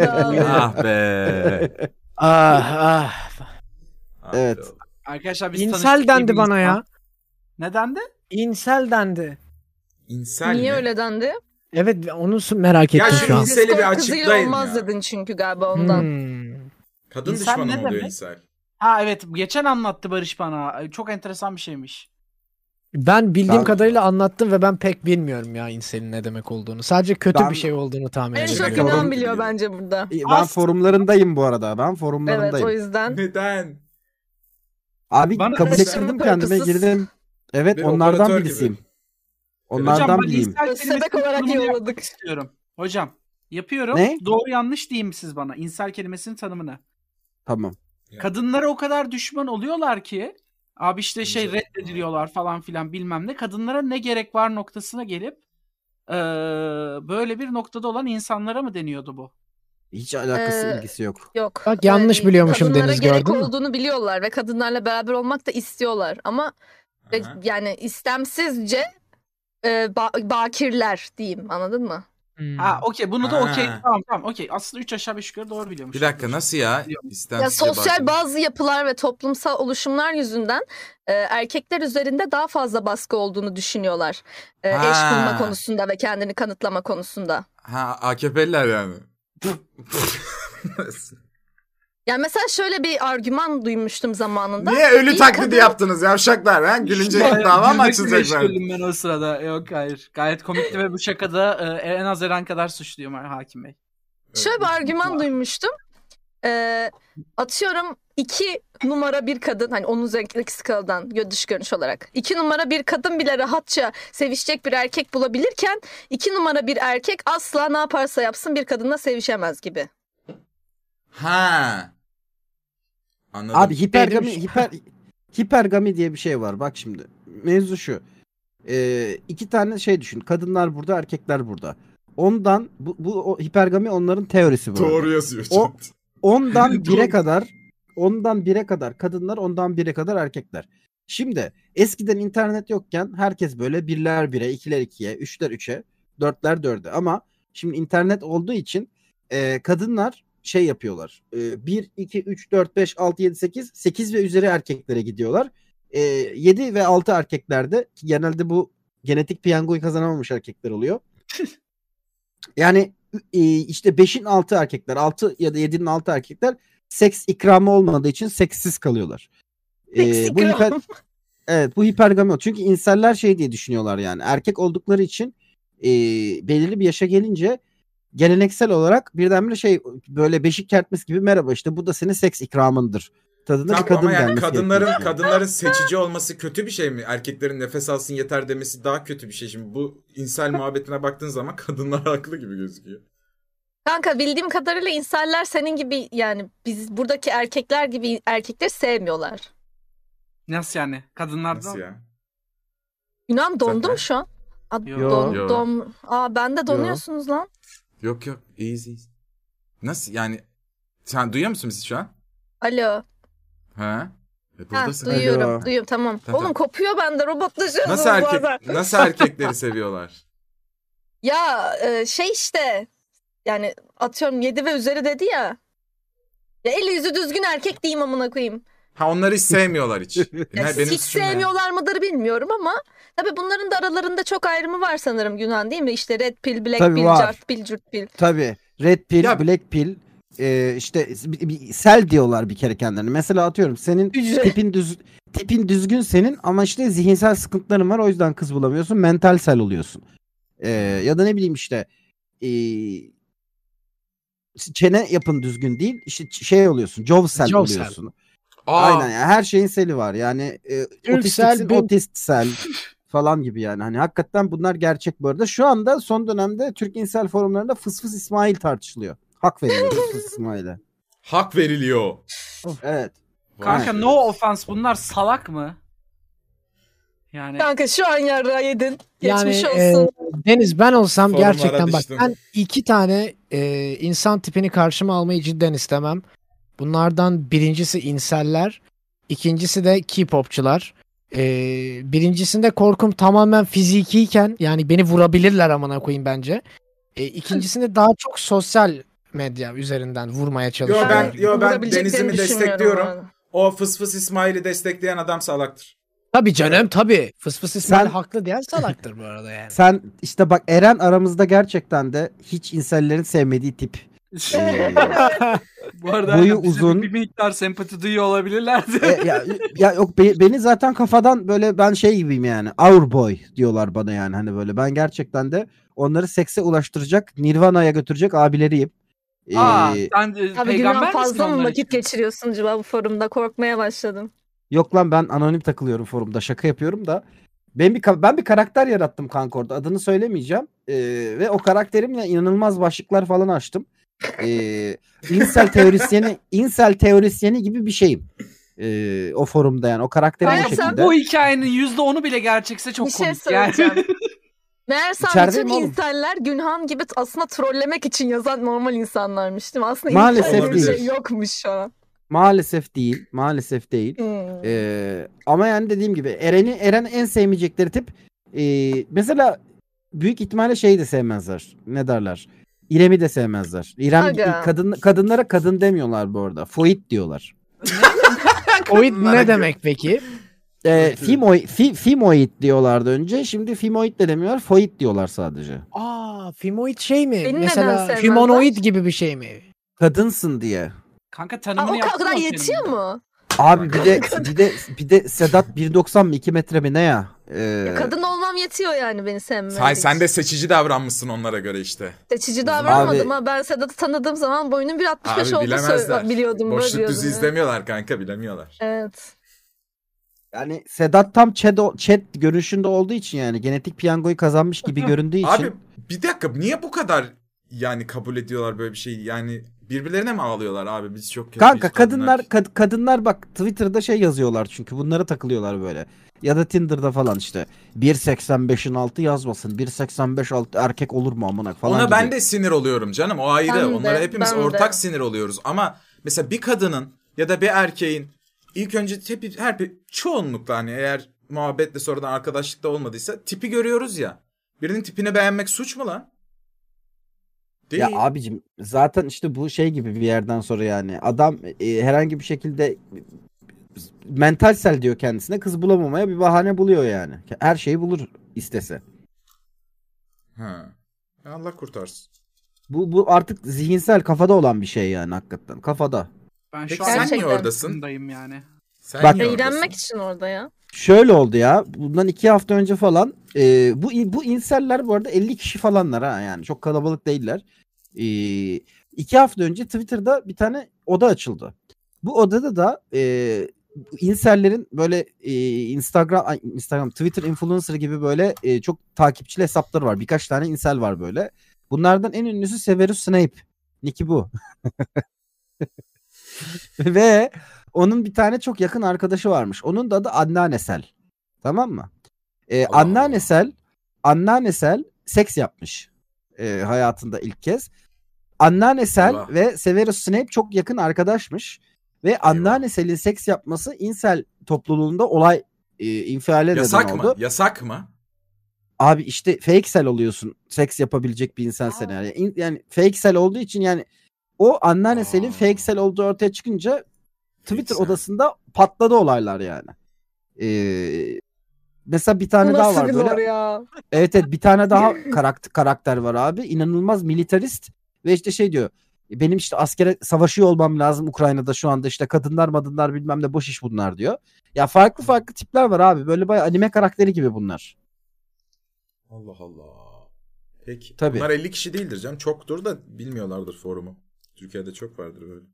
be. ah ah. Ah Evet. be. Arkadaşlar biz İnsel tanıştık dendi iyi bana bir ya. insan. Neden de? İnsel dendi. İnsel Niye mi? öyle dendi? Evet onu su- merak Ya ettim şu şu an. ins- İnseli bir Discord açıklayın kızıyla olmaz ya. dedin çünkü galiba ondan. Hmm. Kadın İnsel düşmanı ne mı oluyor demek? insel? Ha evet geçen anlattı Barış bana. Ay, Çok enteresan bir şeymiş. Ben bildiğim Ben- kadarıyla anlattım ve ben pek bilmiyorum ya inselin ne demek olduğunu. Sadece kötü Ben- bir şey olduğunu tahmin En Direkt çok ediyorum. oradan inan biliyor gidelim. bence burada. Ben As- forumlarındayım bu arada. Ben Evet forumlarındayım. o yüzden. Neden? Abi Bana- kabul Karışım ettirdim kendime korkusuz. girdim. Evet Bir onlardan operatör gibi. birisiyim. Hocam Onlardan ben biriyim. insel Sebek kelimesinin olarak tanımını yolladık. istiyorum. Hocam yapıyorum. Ne? Doğru yanlış diyeyim siz bana. İnsel kelimesinin tanımını. Tamam. Kadınlara o kadar düşman oluyorlar ki abi işte şey Bence de. reddediliyorlar falan filan bilmem ne. Kadınlara ne gerek var noktasına gelip eee, böyle bir noktada olan insanlara mı deniyordu bu? Hiç alakası Ee, ilgisi yok. Yok. Bak, yanlış öyle değil. biliyormuşum Ee, Kadınlara Deniz, gerek gördün mü? olduğunu biliyorlar ve kadınlarla beraber olmak da istiyorlar ama e, Aha. yani istemsizce e, ba- bakirler diyeyim anladın mı? Hmm. Ha okey bunu da okey Ha. tamam tamam okey. Aslında 3 aşağı 5 yukarı doğru biliyormuş. Bir dakika nasıl ya? İstemsizce Ya sosyal baktım. bazı yapılar ve toplumsal oluşumlar yüzünden e, erkekler üzerinde daha fazla baskı olduğunu düşünüyorlar. E, eş bulma Ha. konusunda ve kendini kanıtlama konusunda. Ha AKP'liler yani. Yani mesela şöyle bir argüman duymuştum zamanında. Niye ölü İlk taklidi kadın- yaptınız yavşaklar? Ha? Gülünce dava mı açılacak ben? ben? ben o sırada. Yok hayır. Gayet komikti ve bu şakada e, en az Eren kadar suçluyum Hakim Bey. Şöyle bir argüman duymuştum. Ee, atıyorum iki numara bir kadın hani onun üzerindeki skaladan gö- dış görünüş olarak iki numara bir kadın bile rahatça sevişecek bir erkek bulabilirken iki numara bir erkek asla ne yaparsa yapsın bir kadınla sevişemez gibi. Ha. Anladım. Abi hipergami demiş. hiper hipergami diye bir şey var. Bak şimdi mevzu şu. Ee, iki tane şey düşün. Kadınlar burada, erkekler burada. Ondan bu, bu o, hipergami onların teorisi bu. arada. Doğru yazıyor. O- çünkü. Ondan bire Doğru. kadar ondan bire kadar kadınlar, ondan bire kadar erkekler. Şimdi eskiden internet yokken herkes böyle birler bire, ikiler ikiye, üçler üçe, dörtler dörde ama şimdi internet olduğu için e, kadınlar şey yapıyorlar. E, 1, 2, 3, 4, 5, 6, 7, 8, 8 ve üzeri erkeklere gidiyorlar. E, 7 ve 6 erkeklerde ki genelde bu genetik piyangoyu kazanamamış erkekler oluyor. Yani e, işte 5'in altı erkekler, 6 ya da 7'nin altı erkekler seks ikramı olmadığı için seksiz kalıyorlar. Seks E, bu ikramı. hiper, evet bu hipergami yok. Çünkü insanlar şey diye düşünüyorlar yani. Erkek oldukları için e, belirli bir yaşa gelince geleneksel olarak birdenbire şey böyle beşik kertmesi gibi merhaba işte bu da senin seks ikramındır. Tadında bir Tamam kadın ama yani gelmesi kadınların gerekiyor. kadınların seçici olması kötü bir şey mi? Erkeklerin nefes alsın yeter demesi daha kötü bir şey. Şimdi bu insel muhabbetine baktığın zaman kadınlar haklı gibi gözüküyor. Kanka bildiğim kadarıyla insanlar senin gibi yani biz buradaki erkekler gibi erkekleri sevmiyorlar. Nasıl yani? Kadınlardan Nasıl ya? Yunan dondum Zaten- şu an. Aa, Yo. don- Yo. don- Aa ben de donuyorsunuz lan. Yok yok iyiyiz iyiyiz. Nasıl yani? Sen duyuyor musun bizi şu an? Alo. Ha? E, Ha, buradasın. duyuyorum. Alo. Duyuyorum tamam. Tamam. Oğlum kopuyor bende robotlaşıyorsunuz Nasıl bazen. erkek nasıl erkekleri seviyorlar? Ya e, şey işte yani atıyorum 7 ve üzeri dedi ya. Ya eli yüzü düzgün erkek diyeyim amına koyayım. Ha onları hiç sevmiyorlar hiç. E, Ya Ne, hiç suçum ne? sevmiyorlar mıdır bilmiyorum ama tabii bunların da aralarında çok ayrımı var sanırım Yunan değil mi? İşte red pill, black Tabii pill, var. cart pill, cürt pill. Tabii. Red pill, Ya- black pill. e, işte bir- bir- sel diyorlar bir kere kendilerine. Mesela atıyorum senin Hücre. tipin düz tipin düzgün senin ama işte zihinsel sıkıntıların var o yüzden kız bulamıyorsun. Mental sel oluyorsun. E, ya da ne bileyim işte e, çene yapın düzgün değil. işte ç- şey oluyorsun. Jovsel Jov sel. oluyorsun. Aa, Aynen ya. Her şeyin seli var. Yani e, Türksel, otistiksin, bin- otistsel falan gibi yani. Hani hakikaten bunlar gerçek bu arada. Şu anda son dönemde Türk İnsel forumlarında Fıs Fıs İsmail tartışılıyor. Hak veriyor Fıs Fıs İsmail'e. hak veriliyor. Evet. Vay. Kanka no offense bunlar salak mı? Yani Kanka şu an yarra yedin. Geçmiş Yani, olsun. e, Deniz ben olsam Forumlara gerçekten bak düştüm. ben iki tane e, insan tipini karşıma almayı cidden istemem. Bunlardan birincisi inseller, ikincisi de K-popçular. E, birincisinde korkum tamamen fizikiyken yani beni vurabilirler amına koyayım bence. E, ikincisinde daha çok sosyal medya üzerinden vurmaya e, çalışıyorlar. ben- yo, ben vurabileceklerini Deniz'imi düşünmüyorum destekliyorum. ama. O fıs fıs İsmail'i destekleyen adam salaktır. Tabii canım tabii. Fıs fıs Sen- İsmail haklı diyen salaktır bu arada yani. Sen işte bak Eren aramızda gerçekten de hiç insellerin sevmediği tip. Ee, bu arada Boyu aynen bize uzun. bir miktar sempati duyuyor olabilirlerdi. e, ya, ya yok be- beni zaten kafadan böyle ben şey gibiyim yani. Our boy diyorlar bana yani hani böyle. Ben gerçekten de onları sekse ulaştıracak, Nirvana'ya götürecek abileriyim. Ee, Aa, sen e, Abi peygamber Yunan misin fazla mı onlar vakit için? geçiriyorsun acaba bu forumda? Korkmaya başladım. Yok lan ben anonim takılıyorum forumda şaka yapıyorum da. Ben bir ka- ben bir karakter yarattım kanka orada adını söylemeyeceğim Ee, ve o karakterimle inanılmaz başlıklar falan açtım. Ee, insel teorisyeni insel teorisyeni gibi bir şeyim. Ee, o forumda yani o karakterim Hayır, o sen şekilde. Bu hikayenin %10'u bile gerçekse çok bir şey komik. Yani. söyleyeceğim. Meğersem İçerideyim bütün oğlum. insanlar Günhan gibi aslında trollemek için yazan normal insanlarmış değil mi? Aslında Maalesef Maalesef bir değil. şey yokmuş şu an. Maalesef değil. Maalesef değil. Hmm. Ee, ama yani dediğim gibi Eren'i Eren en sevmeyecekleri tip ee, mesela büyük ihtimalle şeyi de sevmezler. Ne derler? İrem'i de sevmezler. İrem e, Aga. kadın kadınlara kadın demiyorlar bu arada. Foit diyorlar. Oid Bunlara ne demek peki? Ee, Fimoid, fi, Fimoid diyorlardı önce. Şimdi Fimoid de demiyorlar. Foit diyorlar sadece. Aa, Fimoid şey mi? Beni neden Mesela sevmezler? humanoid gibi bir şey mi? Kadınsın diye. Kanka Aa, tanımını o yaptın şey kadar mı yetiyor senin? mu? Abi bir de bir de bir de Sedat 1.90 mı 2 metre mi ne ya? Ee, Kadın olmam yetiyor yani beni sevmeye. Sen, sen de seçici davranmışsın onlara göre işte. Seçici davranmadım Abi- ha. Ben Sedat'ı tanıdığım zaman boyunun Abi 1.65 olduğunu bilemezler. söyle- biliyordum. böyle Boşluk diyordum düzü ya. izlemiyorlar kanka bilemiyorlar. Evet. Yani Sedat tam chat, chat görünüşünde olduğu için yani genetik piyangoyu kazanmış gibi göründüğü için. Abi bir dakika niye bu kadar yani kabul ediyorlar böyle bir şeyi? Yani birbirlerine mi ağlıyorlar abi biz çok kötüyüz Kanka kadınlar kad- kadınlar bak Twitter'da şey yazıyorlar çünkü bunlara takılıyorlar böyle. Ya da Tinder'da falan işte 1.85'in altı yazmasın. 1.85 altı erkek olur mu amına falan. Ona gibi. ben de sinir oluyorum canım o ayrı. Ben de, Onlara hepimiz ben de. ortak sinir oluyoruz. Ama mesela bir kadının ya da bir erkeğin ilk önce hep, her bir çoğunlukla hani eğer muhabbetle sonradan arkadaşlıkta olmadıysa tipi görüyoruz ya. Birinin tipini beğenmek suç mu lan? Değil. Ya abicim zaten işte bu şey gibi bir yerden sonra yani adam e, herhangi bir şekilde mentalsel diyor kendisine kız bulamamaya bir bahane buluyor yani. Her şeyi bulur istese. Ha. Allah kurtarsın. Bu bu artık zihinsel kafada olan bir şey yani hakikaten. Kafada. Ben Peki şu an sen niye Gerçekten oradasın? kısımdayım yani. Sen Bak- niye oradasın? Eğlenmek için orada ya. Şöyle oldu ya. Bundan iki hafta önce falan e, bu bu inseller bu arada 50 kişi falanlar ha yani çok kalabalık değiller. E, iki hafta önce Twitter'da bir tane oda açıldı. Bu odada da e, insellerin böyle e, Instagram ay, Instagram Twitter influencer gibi böyle e, çok takipçili hesapları var. Birkaç tane insel var böyle. Bunlardan en ünlüsü Severus Snape. Niki bu. Ve onun bir tane çok yakın arkadaşı varmış. Onun da adı Anneannesel. Tamam mı? Ee, Allah Allah. anneannesel, anneannesel seks yapmış ee, hayatında ilk kez. Anneannesel Allah. ve Severus Snape çok yakın arkadaşmış. Ve anneanneselin seks yapması insel topluluğunda olay e, infiale Yasak neden mı? oldu. Yasak mı? Abi işte fake sel oluyorsun. Seks yapabilecek bir insan sen yani. İn- Yani fake sel olduğu için yani o anneanne selin Aa. fake sel olduğu ortaya çıkınca Twitter Sen. odasında patladı olaylar yani. Ee, mesela bir tane Bu daha nasıl var bir böyle. lore ya? Evet evet bir tane daha karakter karakter var abi. İnanılmaz militarist ve işte şey diyor. "E, Benim işte askere savaşıyor olmam lazım Ukrayna'da şu anda işte kadınlar madınlar bilmem ne boş iş bunlar diyor. Ya farklı farklı tipler var abi. Böyle bayağı anime karakteri gibi bunlar. Allah Allah. Peki. Tabii. Bunlar 50 kişi değildir canım. Çoktur da bilmiyorlardır forumu. Türkiye'de çok vardır böyle.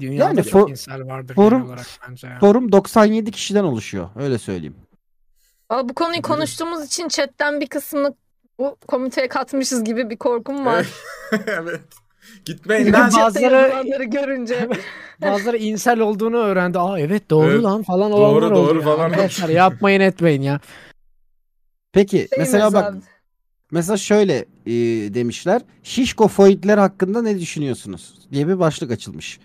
Dünyada Yani çok fo- insan vardır forum- genel olarak bence ya. Forum 97 kişiden oluşuyor. Öyle söyleyeyim. Valla bu konuyu konuştuğumuz için chatten bir kısmını bu komiteye katmışız gibi bir korkum var. evet. Gitmeyin Ben lan. Chatte bazıları- yazılanları görünce. Bazıları insel olduğunu öğrendi. Aa evet doğru Evet. lan falan olanlar Doğru, oldu doğru ya. falan. Arkadaşlar yapmayın etmeyin ya. Peki mesela Bilmez bak Şey abi. mesela şöyle e, demişler. Şişkofoidler hakkında ne düşünüyorsunuz diye bir başlık açılmış.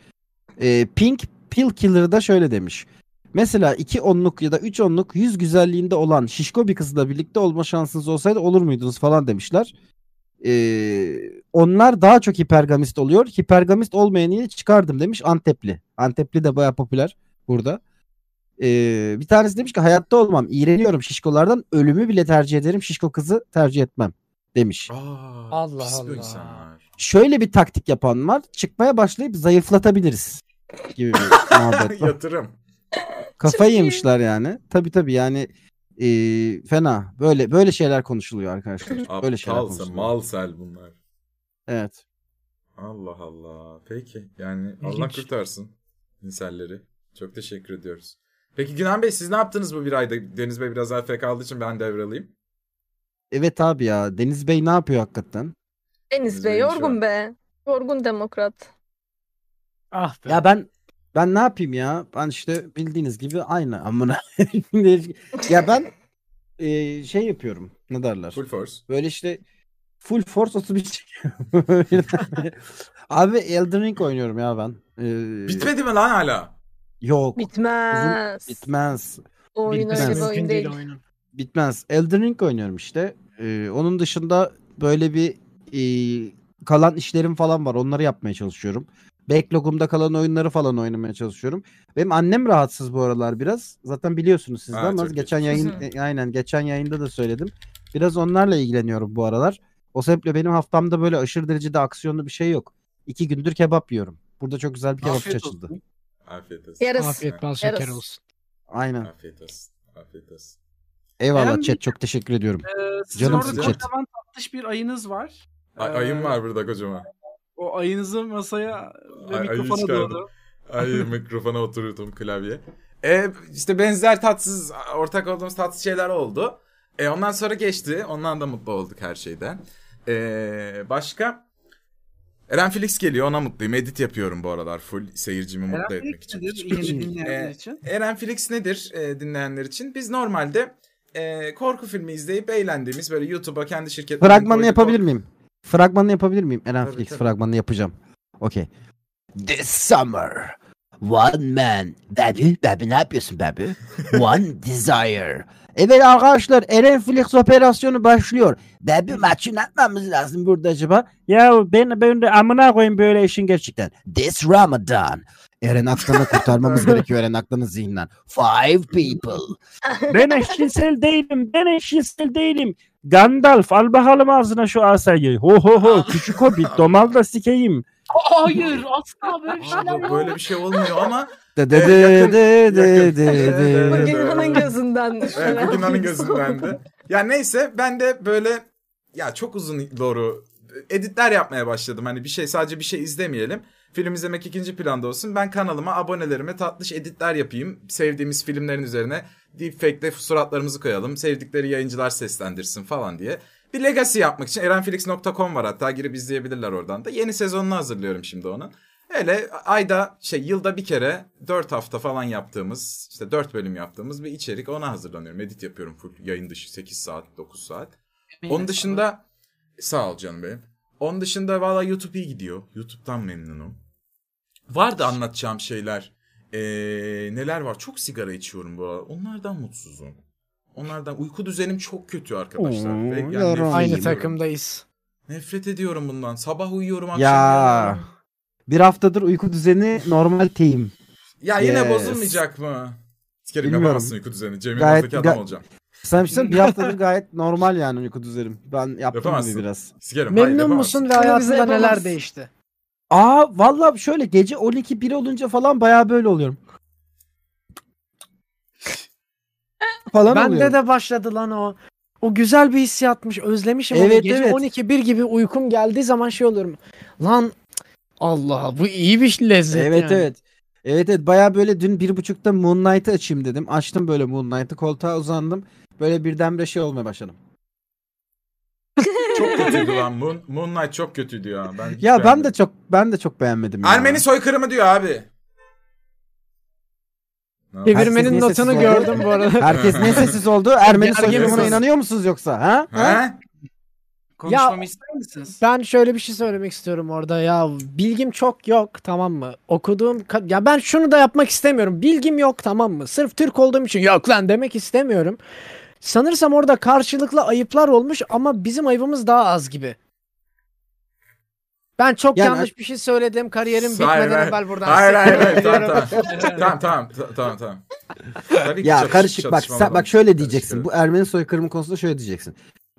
E, Pink Pill Killer da şöyle demiş. Mesela 2 onluk ya da 3 onluk yüz güzelliğinde olan şişko bir kızla birlikte olma şansınız olsaydı olur muydunuz falan demişler. E, onlar daha çok hipergamist oluyor. Hipergamist olmayan yine çıkardım demiş Antepli. Antepli de baya popüler burada. E, bir tanesi demiş ki hayatta olmam. iğreniyorum şişkolardan. Ölümü bile tercih ederim. Şişko kızı tercih etmem demiş. Aa, Allah pis bir Allah. insanlar. Şöyle bir taktik yapan var. Çıkmaya başlayıp zayıflatabiliriz gibi bir muhabbet var. Yatırım. Kafayı iyi. yemişler yani. Tabii tabii yani e, fena. Böyle böyle şeyler konuşuluyor arkadaşlar. Böyle şeyler Aptalsa, konuşuluyor. malsel bunlar. Evet. Allah Allah. Peki. Yani İlginç. Allah kurtarsın inselleri. Çok teşekkür ediyoruz. Peki Günan Bey siz ne yaptınız bu bir ayda? Deniz Bey biraz AFK kaldığı için ben devralayım. Evet abi ya Deniz Bey ne yapıyor hakikaten? Deniz Bey Üzülmüş yorgun var. be. Yorgun demokrat. Ah be. Ya ben ben ne yapayım ya? Ben işte bildiğiniz gibi aynı amına. ya ben e, şey yapıyorum. Ne derler? Full force. Böyle işte full force 31 çekiyorum. Abi Elden Ring oynuyorum ya ben. Ee, Bitmedi mi lan hala? Yok. Bitmez. Bitmez. O oyun öyle bitmez. bir oyun Mümkün değil. oyunun. Bitmez. Elden Ring oynuyorum işte. Ee, onun dışında böyle bir e, kalan işlerim falan var. Onları yapmaya çalışıyorum. Backlog'umda kalan oyunları falan oynamaya çalışıyorum. Benim annem rahatsız bu aralar biraz. Zaten biliyorsunuz siz de Ha, ama çok iyi. geçen yayın Hı e, aynen geçen yayında da söyledim. Biraz onlarla ilgileniyorum bu aralar. O sebeple benim haftamda böyle aşırı derecede aksiyonlu bir şey yok. İki gündür kebap yiyorum. Burada çok güzel bir kebapçı Afiyet açıldı. olsun. Afiyet olsun. Yarısı. Afiyet bal Yarası. şeker olsun. Aynen. Afiyet olsun. Afiyet olsun. Eyvallah Beğendin chat çok teşekkür ediyorum. Ee, sizin Canım orada sıcak. kocaman tatlış bir ayınız var. Ay, Ee, ayım var burada kocaman. O ayınızı masaya ve Ay- ayı mikrofona çıkardım. doğru. Ay mikrofona oturuyordum klavye. E, işte benzer tatsız, ortak olduğumuz tatsız şeyler oldu. E, ondan sonra geçti. Ondan da mutlu olduk her şeyden. E, başka? Eren Felix geliyor ona mutluyum. Edit yapıyorum bu aralar full seyircimi Eren mutlu etmek Felix için. nedir yeni dinleyenler Ee, için? Eren Felix nedir e, dinleyenler için? Biz normalde e, korku filmi izleyip eğlendiğimiz böyle YouTube'a kendi şirketimizin Fragmanını koyduğu yapabilir korku- miyim? Fragmanını yapabilir miyim? Eren Tabii, Felix tabii. fragmanını yapacağım. Okey. This summer, one man, baby, baby ne yapıyorsun baby? One desire. Evet arkadaşlar Eren Felix operasyonu başlıyor. Baby maçı ne yapmamız lazım burada acaba? Ya ben, ben de amına koyayım böyle işin gerçekten. This Ramadan. Eren Aktan'ı kurtarmamız gerekiyor Eren Aktan'ın zihninden. Five people. ben eşcinsel değilim. Ben eşcinsel değilim. Gandalf al bakalım ağzına şu asayı. Ho ho ho küçük hobbit domal da sikeyim. Hayır asla böyle bir şeyler Abi, yok. böyle bir şey olmuyor ama De de Ee, de yakın, de de yakın. de Ee, de. Bugün onun gözünden. Evet, bugün onun gözünden de. Ya neyse ben de böyle ya çok uzun doğru editler yapmaya başladım. Hani bir şey sadece bir şey izlemeyelim. Film izlemek ikinci planda olsun. Ben kanalıma abonelerime tatlış editler yapayım. Sevdiğimiz filmlerin üzerine deepfake'de suratlarımızı koyalım. Sevdikleri yayıncılar seslendirsin falan diye. Bir legacy yapmak için erenfelix.com var hatta girip izleyebilirler oradan da. Yeni sezonunu hazırlıyorum şimdi onun. Öyle ayda şey yılda bir kere 4 hafta falan yaptığımız işte 4 bölüm yaptığımız bir içerik ona hazırlanıyorum. Edit yapıyorum full yayın dışı 8 saat 9 saat. Onun dışında sağ ol canım benim. Onun dışında valla YouTube iyi gidiyor. YouTube'dan memnunum. Var da anlatacağım şeyler. Ee, neler var? Çok sigara içiyorum bu aralar. Onlardan mutsuzum. Onlardan uyku düzenim çok kötü arkadaşlar. Oo, Ve yani yaram. nefret Aynı ediyorum. takımdayız. Nefret ediyorum bundan. Sabah uyuyorum akşam Ya uyanıyorum. bir haftadır uyku düzeni normal teyim. Ya yine Yes. bozulmayacak mı? Sikerim Bilmiyorum. yapamazsın uyku düzeni. Cem Gayet- Yılmaz'daki adam ga- olacağım. Sen işte bir haftadır gayet normal yani uyku düzenim. Ben yaptım Yapamazsın. gibi biraz. Sikerim. hayır, Memnun yapamazsın. musun ve bize hayatında yapamazsın. neler değişti? Aa vallahi şöyle gece 12 1 olunca falan bayağı böyle oluyorum. falan Bende oluyorum. de başladı lan o. O güzel bir hissiyatmış. Özlemişim onu. Evet, Gece evet. 12 1 gibi uykum geldiği zaman şey oluyorum. Lan Allah bu iyi bir lezzet Evet yani. evet. Evet evet bayağı böyle dün bir buçukta Moon Knight'ı açayım dedim. Açtım böyle Moon Knight'ı koltuğa uzandım. Böyle birdenbire şey olmaya başladım. Çok kötüydü lan. Moon, Moon Knight çok kötüydü ya. Ben hiç Ya ben de beğenmedim. çok ben de çok beğenmedim. ya. Ermeni soykırımı diyor abi. Ne yapayım? Herkes niye Çevirmenin notunu sessiz gördüm bu arada. Herkes ne sessiz oldu? Ermeni Gergin soykırımına sos. inanıyor musunuz yoksa? Ha? ha? Ha? Konuşmamı ister misiniz? Ben şöyle bir şey söylemek istiyorum orada ya. Bilgim çok yok tamam mı? Okuduğum ka- ya ben şunu da yapmak istemiyorum. Bilgim yok tamam mı? Sırf Türk olduğum için yok lan demek istemiyorum. Sanırsam orada karşılıklı ayıplar olmuş ama bizim ayıbımız daha az gibi. Ben çok Yani- yanlış bir şey söyledim. Kariyerim Hayır, bitmeden hayır. evvel buradan. Hayır hayır hayır. sesleniyorum. Tamam tamam. tamam tamam. ta- Tamam tamam. Tabii ki Ya çatış- karışık bak sen, çatışmalardan- bak şöyle Karışık, diyeceksin. Bu Ermeni soykırımı konusunda şöyle diyeceksin.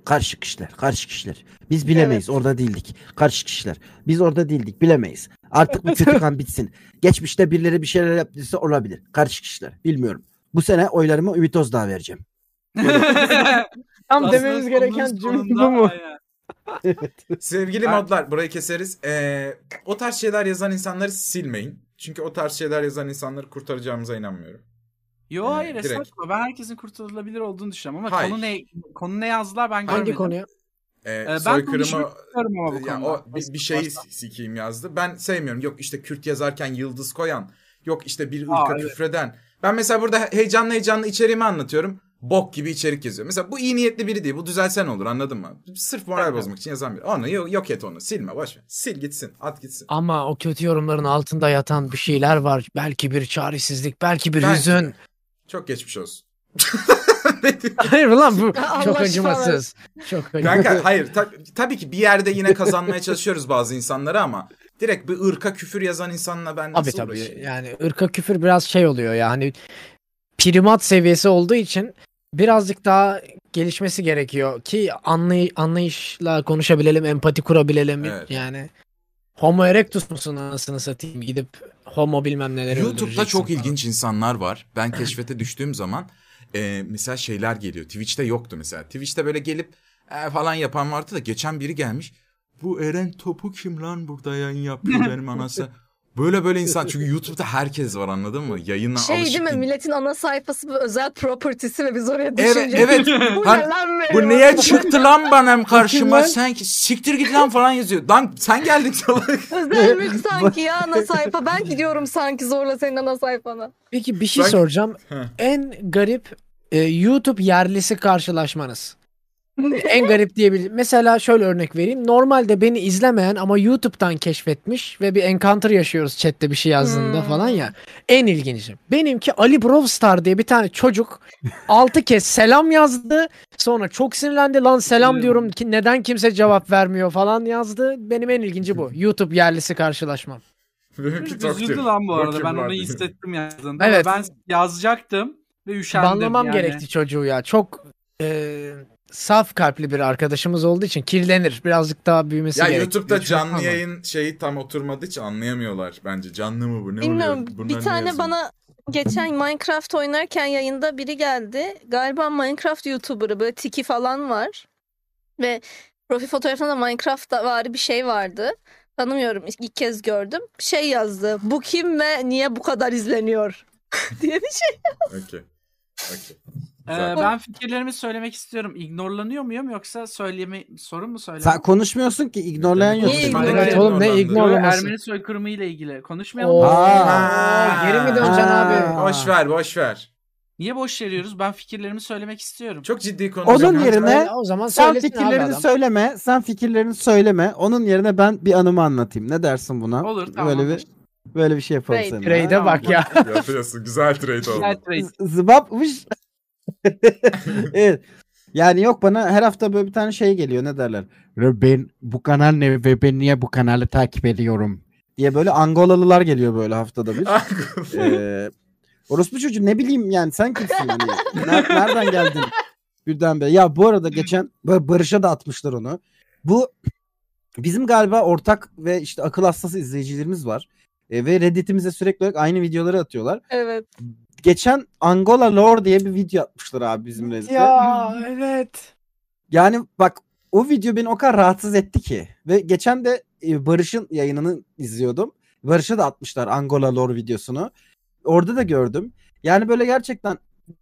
Karışık işler, karışık işler. Biz bilemeyiz, orada değildik. Karışık işler. Biz orada değildik, bilemeyiz. Artık bu kötü kan bitsin. Geçmişte birileri bir şeyler yaptıysa olabilir. Karışık işler, bilmiyorum. Bu sene oylarımı Ümit Özdağ vereceğim. Tam Aslında dememiz sonunun gereken cümle sonunda- bu mu? Aynen. Sevgili Ben- modlar burayı keseriz. Ee, o tarz şeyler yazan insanları silmeyin. Çünkü o tarz şeyler yazan insanları kurtaracağımıza inanmıyorum. Yo Ee, hayır direkt. estağfurullah. Ben herkesin kurtarılabilir olduğunu düşünüyorum ama Hayır. konu ne konu ne yazdılar ben görmedim. Hangi konuya? Ee, ben soykırımı konuşmak istiyorum ama bu ya konuda. o bir, şey bir şeyi sikeyim yazdı. Ben sevmiyorum. Yok işte Kürt yazarken yıldız koyan. Yok işte bir ırka Aa, evet. küfreden. Ben mesela burada heyecanlı heyecanlı içeriğimi anlatıyorum. Bok gibi içerik yazıyor. Mesela bu iyi niyetli biri değil. Bu düzelsen olur anladın mı? Sırf moral bozmak için yazan biri. Onu yok, yok et onu. Silme boş ver. Sil gitsin. At gitsin. Ama o kötü yorumların altında yatan bir şeyler var. Belki bir çaresizlik, belki bir Belki. hüzün. Çok geçmiş olsun. Hayır lan bu Allah çok şifa acımasız. Çok acımasız. Kanka hayır ta- tabii ki bir yerde yine kazanmaya çalışıyoruz bazı insanları ama direkt bir ırka küfür yazan insanla ben Abi nasıl tabii uğraşayım? yani ırka küfür biraz şey oluyor yani primat seviyesi olduğu için birazcık daha gelişmesi gerekiyor ki anlay- anlayışla konuşabilelim, empati kurabilelim Evet. yani. Homo erectus musun anasını satayım gidip homo bilmem neleri YouTube'da öldüreceksin çok falan. ilginç insanlar var. Ben keşfete düştüğüm zaman e, mesela şeyler geliyor. Twitch'te yoktu mesela. Twitch'te böyle gelip "E," falan yapan vardı da geçen biri gelmiş. Bu Eren Topu kim lan burada yayın yapıyor benim anası. Böyle böyle insan çünkü YouTube'da herkes var anladın mı? Yayına Şey alışık değil mi değil. milletin ana sayfası bir özel property'si ve biz oraya Evet, düşünce. evet. bu Hani ne lan böyle? Bu niye çıktı lan benim karşıma lan? sen ki siktir git lan falan yazıyor. Lan sen geldin salak. Özel mülk sanki ya ana sayfa. Ben gidiyorum sanki zorla senin ana sayfana. Peki bir şey Ben- soracağım. Heh. En garip e, YouTube yerlisi karşılaşmanız. en garip diyebilirim. Mesela şöyle örnek vereyim. Normalde beni izlemeyen ama YouTube'dan keşfetmiş ve bir encounter yaşıyoruz chatte bir şey yazdığında Hmm. falan ya. En ilginci. Benimki Ali Brovstar diye bir tane çocuk 6 kez selam yazdı. Sonra çok sinirlendi. Lan selam Hmm. diyorum ki neden kimse cevap vermiyor falan yazdı. Benim en ilginci bu. YouTube yerlisi karşılaşmam. Benimki Biraz toktir. Üzüldü lan bu arada. Tokim Ben onu vardı. hissettim yazdığında. Evet. Evet. Ben yazacaktım ve üşendim. Banlamam yani. gerekti çocuğu ya. Çok e, saf kalpli bir arkadaşımız olduğu için kirlenir. Birazcık daha büyümesi Ya gerekir. YouTube'da diye canlı düşünüyorum ama. yayın şeyi tam oturmadığı için anlayamıyorlar bence. Canlı mı bu? Ne Bilmiyorum oluyor? Bunlar bir ne tane yazıyor? bana geçen Minecraft oynarken yayında biri geldi. Galiba Minecraft YouTuber'ı böyle tiki falan var. Ve profil fotoğrafında da Minecraft'ta vari bir şey vardı. Tanımıyorum ilk ilk kez gördüm. Şey yazdı. Bu kim ve niye bu kadar izleniyor? diye bir şey. Okey. Okey. Ee, Güzel. ben fikirlerimi söylemek istiyorum. İgnorlanıyor muyum yoksa söyleme sorun mu söyleme? Sen konuşmuyorsun ki ignorlayan yok. Niye seni. ignorlayan? Evet oğlum ne Ignorlandı. Yo, ignor Ermeni soykırımı ile ilgili konuşmayalım. Oo. mı? Ha. Geri mi döneceksin Ha. abi? Boş ver, boş ver. Niye boş veriyoruz? Ben fikirlerimi söylemek istiyorum. Çok ciddi konu. Onun Hadi. yerine- Öyle, o zaman Sen söylesin abi fikirlerini adam. söyleme. Sen fikirlerini söyleme. Onun yerine ben bir anımı anlatayım. Ne dersin buna? Olur tamam. Böyle bir böyle bir şey yapalım Trade. seninle. Trade'e bak ya. Yapıyorsun. Güzel trade oldu. Evet, reis. Z- Zıbapmış. evet. Yani yok bana her hafta böyle bir tane şey geliyor ne derler. Ve Ben bu kanal ne ve ben niye bu kanalı takip ediyorum? diye böyle Angolalılar geliyor böyle haftada bir. Ah, Ee, orospu çocuğu ne bileyim yani sen kimsin? Hani, Ner- nereden geldin? Birdenbire. Ya bu arada geçen böyle Barış'a da atmışlar onu. Bu bizim galiba ortak ve işte akıl hastası izleyicilerimiz var. Ee, ve Reddit'imize sürekli olarak aynı videoları atıyorlar. Evet. Geçen Angola Lore diye bir video atmışlar abi bizim Reddit'e. Ya evet. Yani bak o video beni o kadar rahatsız etti ki. Ve geçen de e, Barış'ın yayınını izliyordum. Barış'a da atmışlar Angola lore videosunu. Orada da gördüm. Yani böyle gerçekten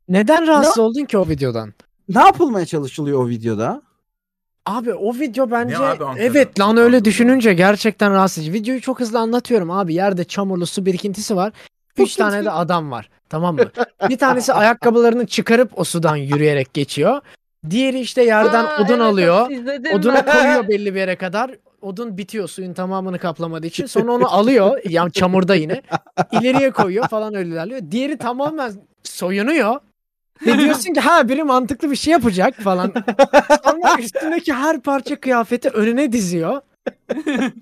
Neden rahatsız oldun ki o videodan? ne yapılmaya çalışılıyor o videoda? Abi o video bence abi Ankara'da? evet lan öyle Ankara'da. düşününce gerçekten rahatsız edici. Videoyu çok hızlı anlatıyorum abi. Yerde çamurlu su birikintisi var. Üç tane de adam var. Tamam mı? Bir tanesi ayakkabılarını çıkarıp o sudan yürüyerek geçiyor. Diğeri işte yerden Aa, odun evet, alıyor. izledim Oduna ben. koyuyor belli bir yere kadar. Odun bitiyor suyun tamamını kaplamadığı için. Sonra onu alıyor. Yani çamurda yine. ileriye koyuyor falan öyle ilerliyor. Diğeri tamamen soyunuyor. Ve diyorsun ki ha biri mantıklı bir şey yapacak falan. Sonra üstündeki her parça kıyafeti önüne diziyor.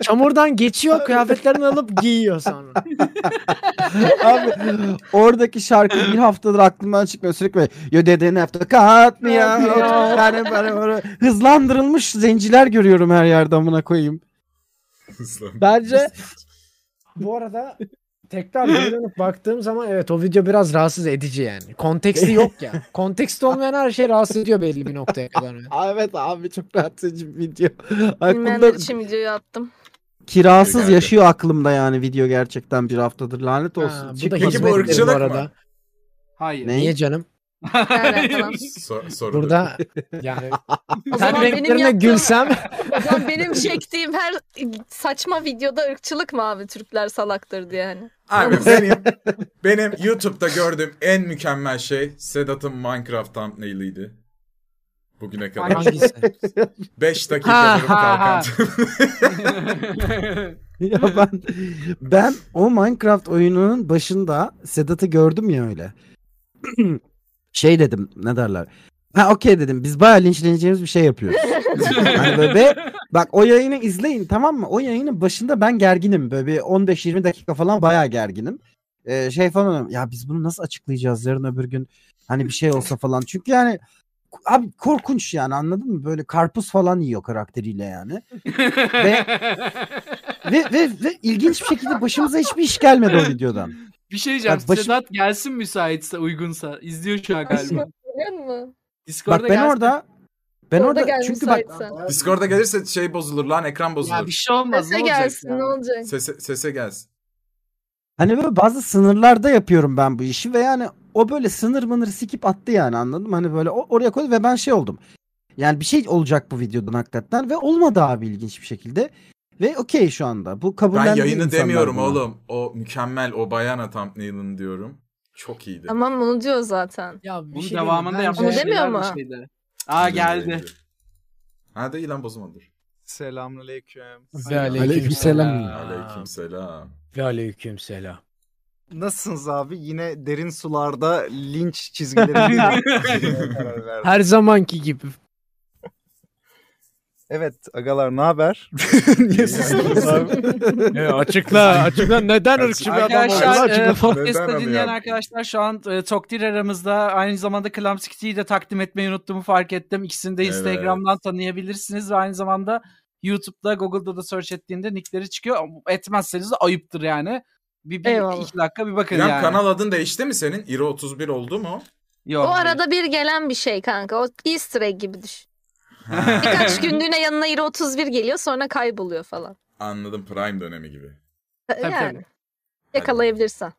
Çamurdan geçiyor kıyafetlerini alıp giyiyor sonra. Abi oradaki şarkı bir haftadır aklımdan çıkmıyor sürekli. böyle, Yo dedin hafta katmıyor. Yani böyle- böyle hızlandırılmış zenciler görüyorum her yerde amına koyayım. Bence Bu arada tekrar geri dönüp baktığım zaman evet o video biraz rahatsız edici yani. Konteksti yok ya. Konteksti olmayan her şey rahatsız ediyor belli bir noktaya kadar. yani. evet abi çok rahatsız edici bir video. Bilmeyenler Aklımda için videoyu attım. Kirasız Gerçekten. yaşıyor aklımda yani video gerçekten bir haftadır lanet olsun. Ha, bu da Çıkmadı. Peki bu hizmettir ırkçılık mı? Hayır. Ne? Niye canım? Yani falan. So- sorulur. Burada yani O ben zaman benim renklerine yaptığım, gülsem o zaman benim çektiğim her saçma videoda ırkçılık mı abi Türkler salaktır diye hani. Abi benim, benim YouTube'da gördüğüm en mükemmel şey Sedat'ın Minecraft thumbnail'iydi. Bugüne kadar. Hangi- hangisi? 5 Ha, dakikadır ha, ha. kalkan. ya ben ben o Minecraft oyununun başında Sedat'ı gördüm ya öyle. şey dedim ne derler. Ha okey dedim biz bayağı linçleneceğimiz bir şey yapıyoruz. Hani böyle ve bak o yayını izleyin tamam mı? O yayının başında ben gerginim. Böyle bir 15-20 dakika falan bayağı gerginim. Ee, şey falan diyorum, ya biz bunu nasıl açıklayacağız yarın öbür gün hani bir şey olsa falan. Çünkü yani abi korkunç yani anladın mı? Böyle karpuz falan yiyor karakteriyle yani. Ve, ve, ve ilginç bir şekilde başımıza hiçbir iş gelmedi o videodan. bir şey diyeceğim. Bak başım- Sedat gelsin müsaitse uygunsa. İzliyor şu an galiba. Biliyor musun? Discord'a Bak ben gelsin. orada ben Orada orada gel çünkü bak müsaitsen. Discord'a gelirse şey bozulur lan ekran Ya bir bozulur. şey olmaz. Sese Ne olacak gelsin ya? ne olacak? Sese, sese gelsin. hani böyle bazı sınırlarda yapıyorum ben bu işi ve yani o böyle sınır mınır sikip attı yani anladım hani böyle o- oraya koydu ve ben şey oldum. Yani bir şey olacak bu videodan hakikaten ve olmadı abi ilginç bir şekilde. Ve okey şu anda. Bu Ben kabullendi yayını insanlar demiyorum buna. oğlum. O mükemmel o bayana thumbnail'ını diyorum. Çok iyiydi. Tamam onu diyor zaten. Ya bir Bunun şey devamında diyeyim, bence- yapmış Onu demiyor şeyler mu? bir şeyde. Aa geldi. Güzeldi. Ha değil lan bozulmadır. Selamünaleyküm. Ve aleykümselam. Aleyküm selam. Ve aleykümselam. Nasılsınız abi? Yine derin sularda linç çizgilerinde karar verdim. Her zamanki gibi. Evet agalar ne haber? Niye sustunuz abi? açıkla açıkla neden ırkçı bir adam Arkadaşlar e, Neden podcast'ta abi dinleyen ya? arkadaşlar şu an e, Tokdir aramızda aynı zamanda Klamsikçi'yi de takdim etmeyi unuttuğumu fark ettim. İkisini de Evet. Instagram'dan tanıyabilirsiniz ve aynı zamanda YouTube'da Google'da da search ettiğinde nickleri çıkıyor. Etmezseniz de ayıptır yani. Bir, bir Eyvallah. iki dakika bir bakın İrem yani. kanal adın değişti mi senin? İro 31 oldu mu? Yok, O değil. arada bir gelen bir şey kanka. O Easter egg gibi düşün. Birkaç günlüğüne yanına Euro 31 geliyor sonra kayboluyor falan. Anladım Prime dönemi gibi. tabii. yani yakalayabilirsen.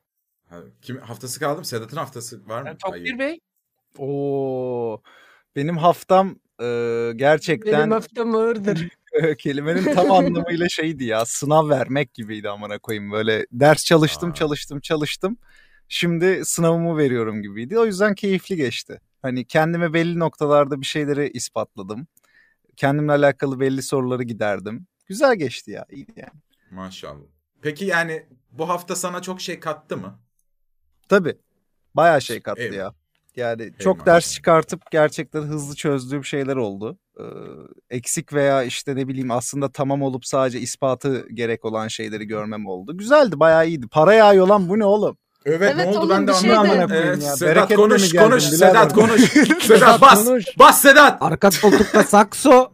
Ha, Kim haftası kaldı mı? Sedat'ın haftası var mı? Yani Tokdir Hayır. Bey Oo, benim haftam e, gerçekten haftam ağırdır. Ee, kelimenin tam anlamıyla şeydi ya sınav vermek gibiydi amına koyayım böyle ders çalıştım Aa. çalıştım çalıştım şimdi sınavımı veriyorum gibiydi o yüzden keyifli geçti hani kendime belli noktalarda bir şeyleri ispatladım kendimle alakalı belli soruları giderdim güzel geçti ya iyiydi yani Maşallah. Peki yani bu hafta sana çok şey kattı mı? tabi bayağı şey kattı Eyvallah. ya yani çok ders maşallah. çıkartıp gerçekten hızlı çözdüğüm şeyler oldu e, eksik veya işte ne bileyim aslında tamam olup sadece ispatı gerek olan şeyleri görmem oldu. Güzeldi bayağı iyiydi. Para yağıyor lan bu ne oğlum? Evet, ne Evet, oldu oğlum, ben de bir şey anlamadım. de- Evet, Ya, Sedat bereketle konuş mi geldin konuş birader? Sedat konuş. Sedat bas. Konuş. Bas Sedat. Arka koltukta sakso.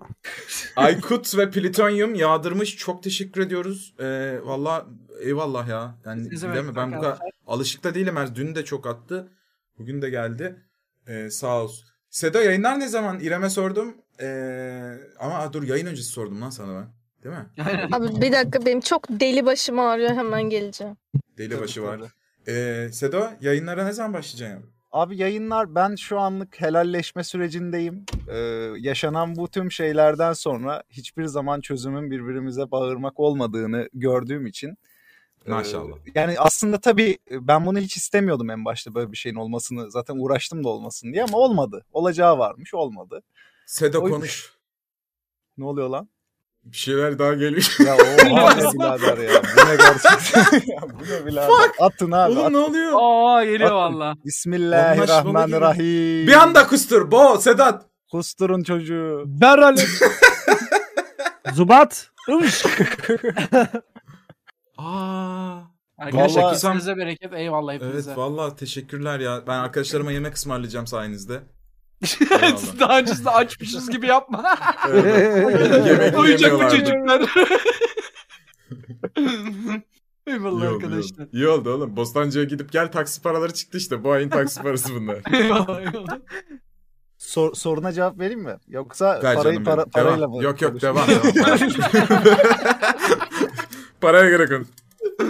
Aykut ve Plütonyum yağdırmış. Çok teşekkür ediyoruz. Ee, Valla eyvallah ya. Yani Siz- siz değil mi? evet, Ben bu kadar alışık da değilim. Her dün de çok attı. Bugün de geldi. Ee, sağ olsun. Seda yayınlar ne zaman? İrem'e sordum. Ee, ama aa, dur yayın öncesi sordum lan sana ben. Değil mi? Abi bir dakika benim çok deli başım ağrıyor hemen geleceğim. Deli başı var. Ee, Seda yayınlara ne zaman başlayacaksın? abi? Abi yayınlar ben şu anlık helalleşme sürecindeyim. Ee, yaşanan bu tüm şeylerden sonra hiçbir zaman çözümün birbirimize bağırmak olmadığını gördüğüm için. e, Maşallah. yani aslında tabii ben bunu hiç istemiyordum en başta böyle bir şeyin olmasını. Zaten uğraştım da olmasın diye ama olmadı. Olacağı varmış olmadı. Seda Oy. konuş. Ne oluyor lan? Bir şeyler daha geliyor. Ya o bu ne birader ya. Bu ne gerçekten? ya, bu ne birader? Atın abi. Oğlum At. ne oluyor? Aa geliyor Bak- valla. Bismillahirrahmanirrahim. Bir anda kustur. Bo Sedat. Kusturun çocuğu. Berhal. Zubat. Aa. Arkadaşlar Vallahi- kesinize bereket. Eyvallah Evet hepinize. valla teşekkürler ya. Ben arkadaşlarıma yemek ısmarlayacağım sayenizde. Siz Daha öncesinde açmışız gibi yapma. Evet. Yemek Uyuyacak bu yemiyorlardı. çocuklar. İyi Eyvallah oldu, arkadaşlar. iyi oldu oğlum. Bostancı'ya gidip gel taksi paraları çıktı işte. Bu ayın taksi parası bunlar. Eyvallah eyvallah. Sor- soruna cevap vereyim mi? Yoksa Gel parayı canım para, benim. parayla Devam. mı? Yok yok konuşuyoruz? devam. devam. Paraya göre konuş.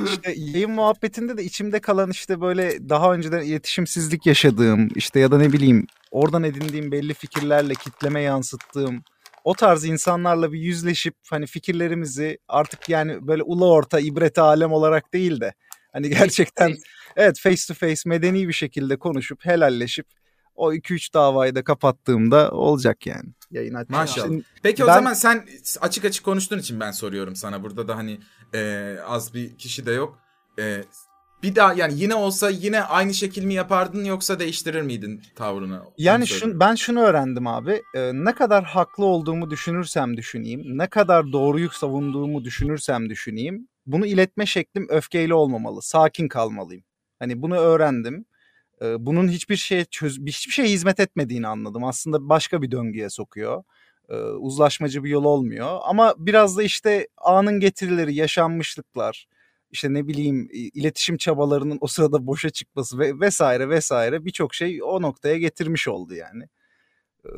İşte yayın muhabbetinde de içimde kalan işte böyle daha önceden iletişimsizlik yaşadığım işte ya da ne bileyim oradan edindiğim belli fikirlerle kitleme yansıttığım o tarz insanlarla bir yüzleşip hani fikirlerimizi artık yani böyle ula orta ibreti alem olarak değil de hani gerçekten evet face to face medeni bir şekilde konuşup helalleşip o 2-3 davayı da kapattığımda olacak yani. Yayın açacağım. Maşallah. Şimdi Peki o Ben- zaman sen açık açık konuştuğun için ben soruyorum sana. Burada da hani e, az bir kişi de yok. E, bir daha yani yine olsa yine aynı şekil mi yapardın yoksa değiştirir miydin tavrını? Onu Yani söylüyorum. şun, ben şunu öğrendim abi. Ee, ne kadar haklı olduğumu düşünürsem düşüneyim, ne kadar doğruyu savunduğumu düşünürsem düşüneyim, bunu iletme şeklim öfkeyle olmamalı. Sakin kalmalıyım. Hani bunu öğrendim. Ee, bunun hiçbir şeye çöz hiçbir şeye hizmet etmediğini anladım. Aslında başka bir döngüye sokuyor. Ee, uzlaşmacı bir yol olmuyor. Ama biraz da işte anın getirileri, yaşanmışlıklar, işte ne bileyim i- iletişim çabalarının o sırada boşa çıkması ve vesaire vesaire birçok şey o noktaya getirmiş oldu yani. Ee,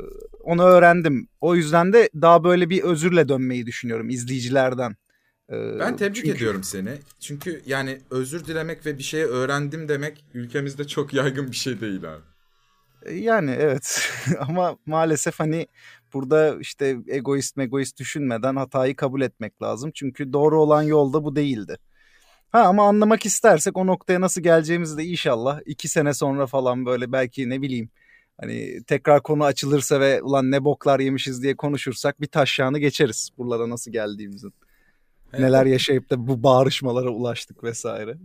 Onu öğrendim. O yüzden de daha böyle bir özürle dönmeyi düşünüyorum izleyicilerden. Ee, Ben tebrik çünkü- ediyorum seni. Çünkü yani özür dilemek ve bir şeye öğrendim demek ülkemizde çok yaygın bir şey değil abi. Yani evet ama maalesef hani burada işte egoist megoist düşünmeden hatayı kabul etmek lazım. Çünkü doğru olan yolda bu değildi. Ha ama anlamak istersek o noktaya nasıl geleceğimizi de inşallah iki sene sonra falan böyle belki ne bileyim hani tekrar konu açılırsa ve ulan ne boklar yemişiz diye konuşursak bir taşyağını geçeriz buralara nasıl geldiğimizin. Evet. Neler yaşayıp da bu bağrışmalara ulaştık vesaire.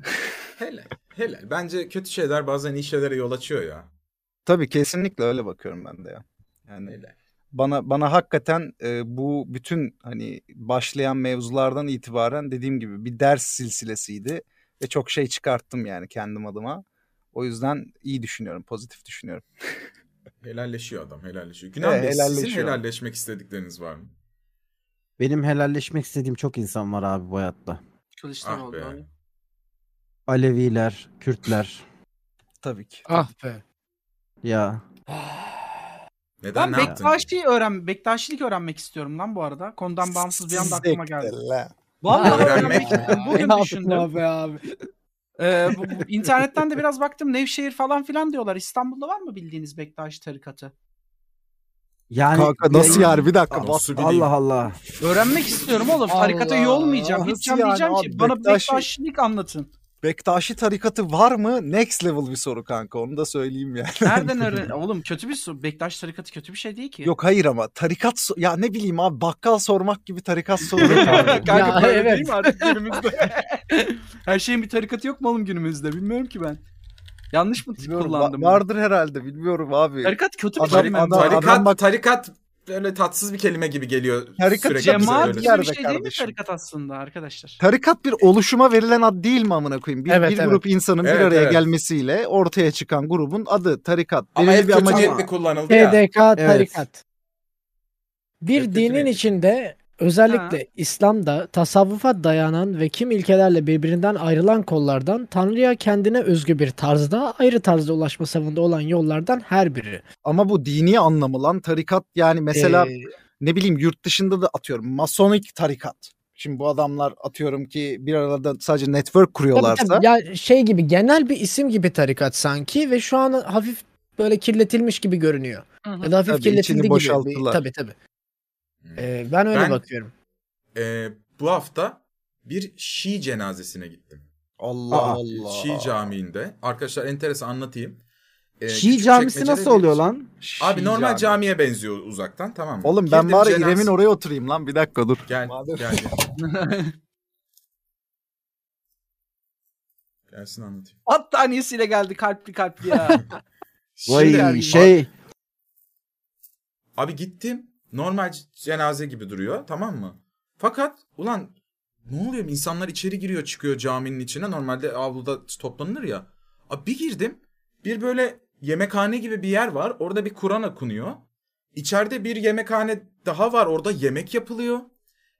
Helal. Helal. Bence kötü şeyler bazen iyi şeylere yol açıyor ya. Tabii kesinlikle öyle bakıyorum ben de ya. Yani Helal. bana bana hakikaten e, bu bütün hani başlayan mevzulardan itibaren dediğim gibi bir ders silsilesiydi ve çok şey çıkarttım yani kendim adıma. O yüzden iyi düşünüyorum, pozitif düşünüyorum. Helalleşiyor adam, helalleşiyor. Günah Ee, Bey, sizin helalleşiyor. helalleşmek istedikleriniz var mı? Benim helalleşmek istediğim çok insan var abi bu hayatta. Kılıçdaroğlu. Ah be. abi. Aleviler, Kürtler. Tabii ki. Ah be. Ya Neden Ben ne yaptın? ki? Bektaşi öğren, Bektaşilik öğrenmek istiyorum lan bu arada. Konudan bağımsız bir anda aklıma geldi. Siktirle. Vallahi Öğrenmek öğrenmek şey mi? istiyorum. Bugün Ya düşündüm. be abi. Ee, bu, bu- internetten de biraz baktım. Nevşehir falan filan diyorlar. İstanbul'da var mı bildiğiniz Bektaşi tarikatı? yani Hani Kanka nasıl yani bir dakika. bak- Nasıl bileyim? Allah Allah. Öğrenmek istiyorum oğlum. Tarikata Allah. üye olmayacağım. Nasıl Gideceğim yani diyeceğim abi? ki bana Bektaşi- Bektaşilik anlatın. Bektaşi tarikatı var mı? Next level bir soru kanka onu da söyleyeyim yani. Nereden öğren? Oğlum kötü bir soru. Bektaş tarikatı kötü bir şey değil ki. Yok hayır ama tarikat so- ya ne bileyim abi bakkal sormak gibi tarikat soruları. Kanka Ya, böyle evet. değil mi artık günümüzde? Her şeyin bir tarikatı yok mu oğlum günümüzde? Bilmiyorum ki ben. Yanlış mı Bilmiyorum, va- kullandım? vardır herhalde bilmiyorum abi. Tarikat kötü bir Adam- kelime. mi? adam- Tarikat, bak- tarikat öyle tatsız bir kelime gibi geliyor Tarikat sürekli bize cemaat Cemaat öyle. gibi bir yerde şey değil mi kardeşim. tarikat aslında arkadaşlar? Tarikat bir oluşuma verilen ad değil mi amına koyayım? Bir, Evet, bir evet. grup insanın Evet, bir araya evet. gelmesiyle ortaya çıkan grubun adı tarikat. Ama Belirli hep bir kötü amacı niyetli kullanıldı ya. TDK tarikat. Bir Kötü dinin niyetli. içinde özellikle İslam'da tasavvufa dayanan ve kim ilkelerle birbirinden ayrılan kollardan Tanrı'ya kendine özgü bir tarzda ayrı tarzda ulaşma savında olan yollardan her biri. Ama bu dini anlamı lan tarikat yani mesela Ee, ne bileyim yurt dışında da atıyorum masonik tarikat. Şimdi bu adamlar atıyorum ki bir arada sadece network Tabii kuruyorlarsa. tabii. Ya şey gibi genel bir isim gibi tarikat sanki ve şu an hafif böyle kirletilmiş gibi görünüyor. Hı hı. Ya da hafif Tabii, içini kirletildi gibi. boşalttılar. Hmm. Bir- Tabii tabii. Ee, ben öyle Ben- bakıyorum. Ee, bu hafta bir Şii cenazesine gittim. Allah Aa, Allah. Şii camiinde. Arkadaşlar enteresan anlatayım. Ee, Şii Küçükçekmece'de camisi nasıl bir- oluyor lan? Şii Abi normal cami. camiye benziyor uzaktan tamam mı? Oğlum ben Girdim bari cenaze- İrem'in oraya oturayım lan bir dakika dur. Gel, Madem- gel, gel. Gelsin anlatayım. Battaniyesiyle geldi kalpli kalpli ya. Vay Şimdi- şey Abi gittim. Normal c- cenaze gibi duruyor tamam mı? Fakat ulan ne oluyor? İnsanlar içeri giriyor çıkıyor caminin içine. Normalde avluda toplanılır ya. Abi bir girdim. Bir böyle yemekhane gibi bir yer var. Orada bir Kur'an okunuyor. İçeride bir yemekhane daha var. Orada yemek yapılıyor.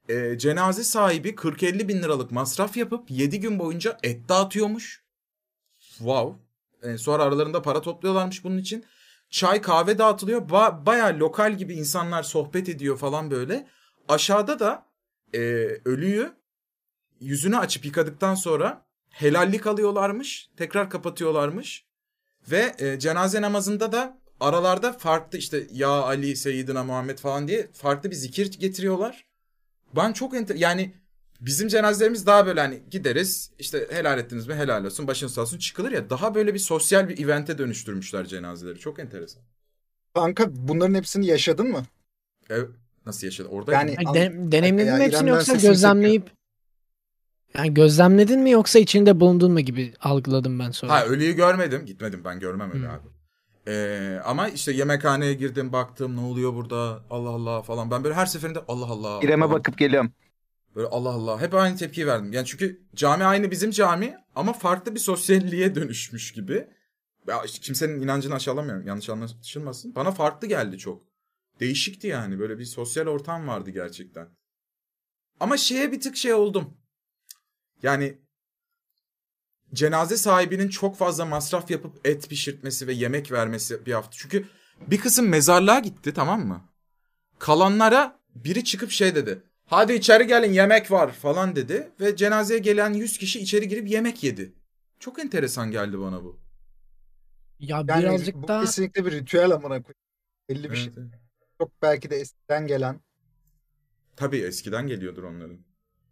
Ee, cenaze sahibi 40-50 bin liralık masraf yapıp 7 gün boyunca et dağıtıyormuş. Wow. Ee, sonra aralarında para topluyorlarmış bunun için çay kahve dağıtılıyor. Ba- Baya lokal gibi insanlar sohbet ediyor falan böyle. Aşağıda da e, ölüyü yüzünü açıp yıkadıktan sonra helallik alıyorlarmış. Tekrar kapatıyorlarmış. Ve e, cenaze namazında da aralarda farklı işte ya Ali, Seyyidina Muhammed falan diye farklı bir zikir getiriyorlar. Ben çok enter yani bizim cenazelerimiz daha böyle hani gideriz işte helal ettiniz mi helal olsun başın sağ olsun çıkılır ya daha böyle bir sosyal bir evente dönüştürmüşler cenazeleri çok enteresan. Kanka bunların hepsini yaşadın mı? E, nasıl yaşadı orada Yani Ay, an- Hani de- deneyimledin Ya mi hepsini İrem'den yoksa sesini gözlemleyip yani gözlemledin mi yoksa içinde bulundun mu gibi algıladım ben sonra. Ha ölüyü görmedim. Gitmedim ben görmem öyle Hmm. abi. Ee, ama işte yemekhaneye girdim baktım ne oluyor burada Allah Allah falan. Ben böyle her seferinde Allah Allah. İrem'e falan. bakıp geliyorum. Böyle Allah Allah. Hep aynı tepkiyi verdim. Yani çünkü cami aynı bizim cami ama farklı bir sosyalliğe dönüşmüş gibi. Ya işte kimsenin inancını aşağılamıyorum. Yanlış anlaşılmasın. Bana farklı geldi çok. Değişikti yani. Böyle bir sosyal ortam vardı gerçekten. Ama şeye bir tık şey oldum. Yani cenaze sahibinin çok fazla masraf yapıp et pişirtmesi ve yemek vermesi bir hafta. Çünkü bir kısım mezarlığa gitti tamam mı? Kalanlara biri çıkıp şey dedi. Hadi içeri gelin yemek var falan dedi. Ve cenazeye gelen 100 kişi içeri girip yemek yedi. Çok enteresan geldi bana bu. ya Yani birazcık bu daha kesinlikle bir ritüel amına koyayım. Belli bir şey. Evet. Çok belki de eskiden gelen. Tabii eskiden geliyordur onların.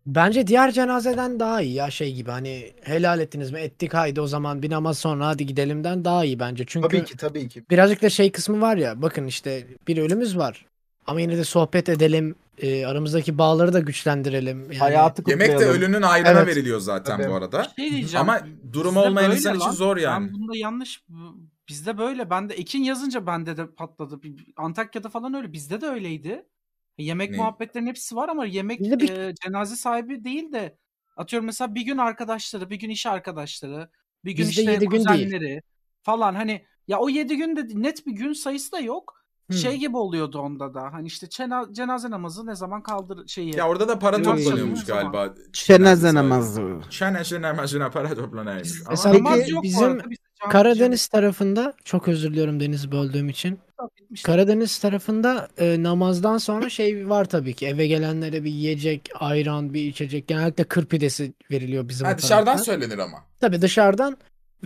bence diğer cenazeden daha iyi ya şey gibi hani helal ettiniz mi ettik haydi o zaman bir namaz sonra hadi gidelimden daha iyi bence. Çünkü Tabii ki tabii ki. birazcık da şey kısmı var ya bakın işte bir ölümüz var ama yine de sohbet edelim e, aramızdaki bağları da güçlendirelim. Yani, hayatı kutlayalım. Yemek de ölünün ayrına Evet. veriliyor zaten Tabii. bu arada. şey diyeceğim. Ama durumu Bizde olmayan böyle insan için lan. zor yani. Ben bunda yanlış. bu- Bizde böyle. Ben de Ekin yazınca bende de patladı. Bir- bir- Antakya'da falan öyle. Bizde de öyleydi. E, Yemek Ne? muhabbetlerinin hepsi var ama yemek Bizde bir- e, cenaze sahibi değil de atıyorum mesela bir gün arkadaşları, bir gün iş arkadaşları, bir gün Bizde işte yedi gün değil. kuzenleri falan hani ya o 7 günde net bir gün sayısı da yok. Hmm. Şey gibi oluyordu onda da. Hani işte çena- cenaze namazı ne zaman kaldır şeyi. Ya orada da para Ee, toplanıyormuş tamam. galiba. Çeneze namazı. Çene çene maşına para toplanıyormuş. Ama Mesela namaz peki yok bu E, bizim arada, biz de cami- Karadeniz tarafında çok özür diliyorum Deniz böldüğüm için. cami- gitmiştik. Karadeniz tarafında e, namazdan sonra şey var tabii ki eve gelenlere bir yiyecek, ayran, bir içecek. Genellikle kır pidesi veriliyor bizim ha, o dışarıdan tarafta. söylenir ama. Tabii dışarıdan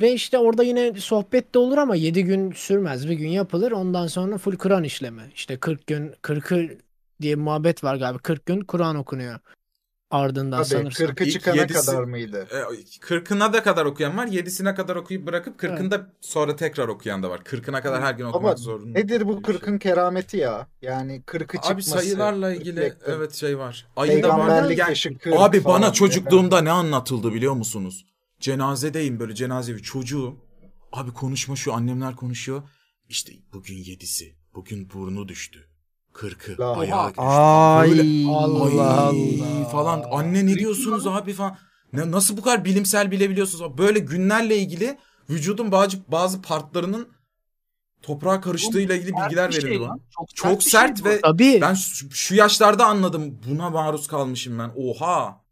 ve işte orada yine sohbet de olur ama 7 gün sürmez. Bir gün yapılır. Ondan sonra full Kur'an işlemi. İşte 40 gün 40 diye bir muhabbet var galiba. 40 gün Kur'an okunuyor. Ardından Tabii sanırsam. 40'ı İlk çıkana yedisi- kadar mıydı? E, Kırkına da kadar okuyan var. Yedisine kadar okuyup bırakıp kırkında sonra tekrar okuyan da var. Kırkına kadar her gün okumak zorunda. Nedir bu 40'ın kerameti ya? Yani 40'ı çıkması. Hmm. Abi sayılarla ilgili kırk yedi. evet şey var. Ayında var. Peygamberlik Yani, yaşı 40 abi falan bana diye. çocukluğumda ne anlatıldı biliyor musunuz? Cenazedeyim böyle cenazevi çocuğum. Abi konuşma şu annemler konuşuyor. İşte bugün yedisi. Bugün burnu düştü. Kırkı La- ayağa düştü. Böyle, Ay "Ay" Allah Allah. falan anne ne diyorsunuz abi falan. Ne, nasıl bu kadar bilimsel bilebiliyorsunuz? Böyle günlerle ilgili vücudun bazı, bazı partlarının toprağa karıştığıyla ilgili bilgiler Sert bir şey verildi bana. lan. Çok, Çok bir şey sert bu. ve Tabii. ben şu, şu yaşlarda anladım. Buna maruz kalmışım ben. Oha.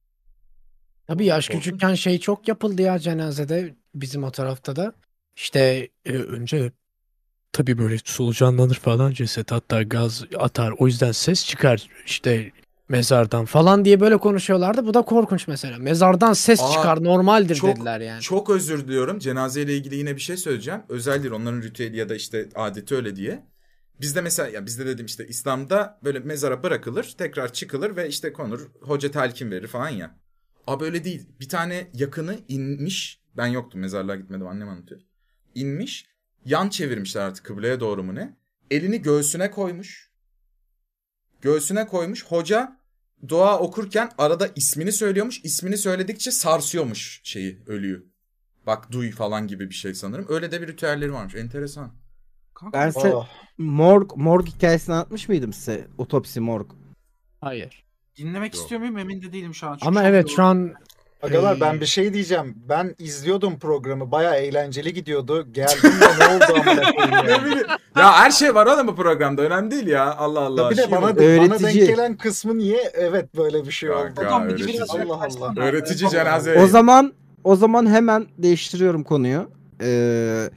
Tabii yaş Korkunç. küçükken şey çok yapıldı ya cenazede bizim o tarafta da. İşte e, önce tabii böyle solucanlanır falan ceset hatta gaz atar o yüzden ses çıkar işte mezardan falan diye böyle konuşuyorlardı. Bu da korkunç mesela. Mezardan ses Aa, çıkar normaldir çok- dediler yani. Çok özür diliyorum. Cenazeyle ilgili yine bir şey söyleyeceğim. Özeldir onların ritüeli ya da işte adeti öyle diye. Bizde mesela ya bizde dedim işte İslam'da böyle mezara bırakılır, tekrar çıkılır ve işte konur. Hoca telkin verir falan ya. Abi öyle değil. Bir tane yakını inmiş. Ben yoktum mezarlığa gitmedim annem anlatıyor. İnmiş. Yan çevirmişler artık kıbleye doğru mu ne? Elini göğsüne koymuş. Göğsüne koymuş. Hoca dua okurken arada ismini söylüyormuş. İsmini söyledikçe sarsıyormuş şeyi, ölüyü. Bak duy falan gibi bir şey sanırım. Öyle de bir ritüelleri varmış. Enteresan. Ben size Oh. morg, morg hikayesini anlatmış mıydım size? Otopsi morg. Hayır. Dinlemek Yok. istiyor muyum emin de değilim şu an. Çünkü Ama çok evet yoğun. şu an Agalar ben bir şey diyeceğim. Ben izliyordum programı. Baya eğlenceli gidiyordu. Geldim de ne oldu amına koyayım Ne ya. bileyim. ya her şey var oğlum bu programda. Önemli değil ya. Allah Allah. Bir de Şey bana, var. bana denk Öğretici. gelen kısmı niye evet böyle bir şey oldu. Kanka. Ya, Adam bir öğretici. biraz Allah yaklaşsana. Allah. öğretici Allah. cenaze. O zaman o zaman hemen değiştiriyorum konuyu. Ee,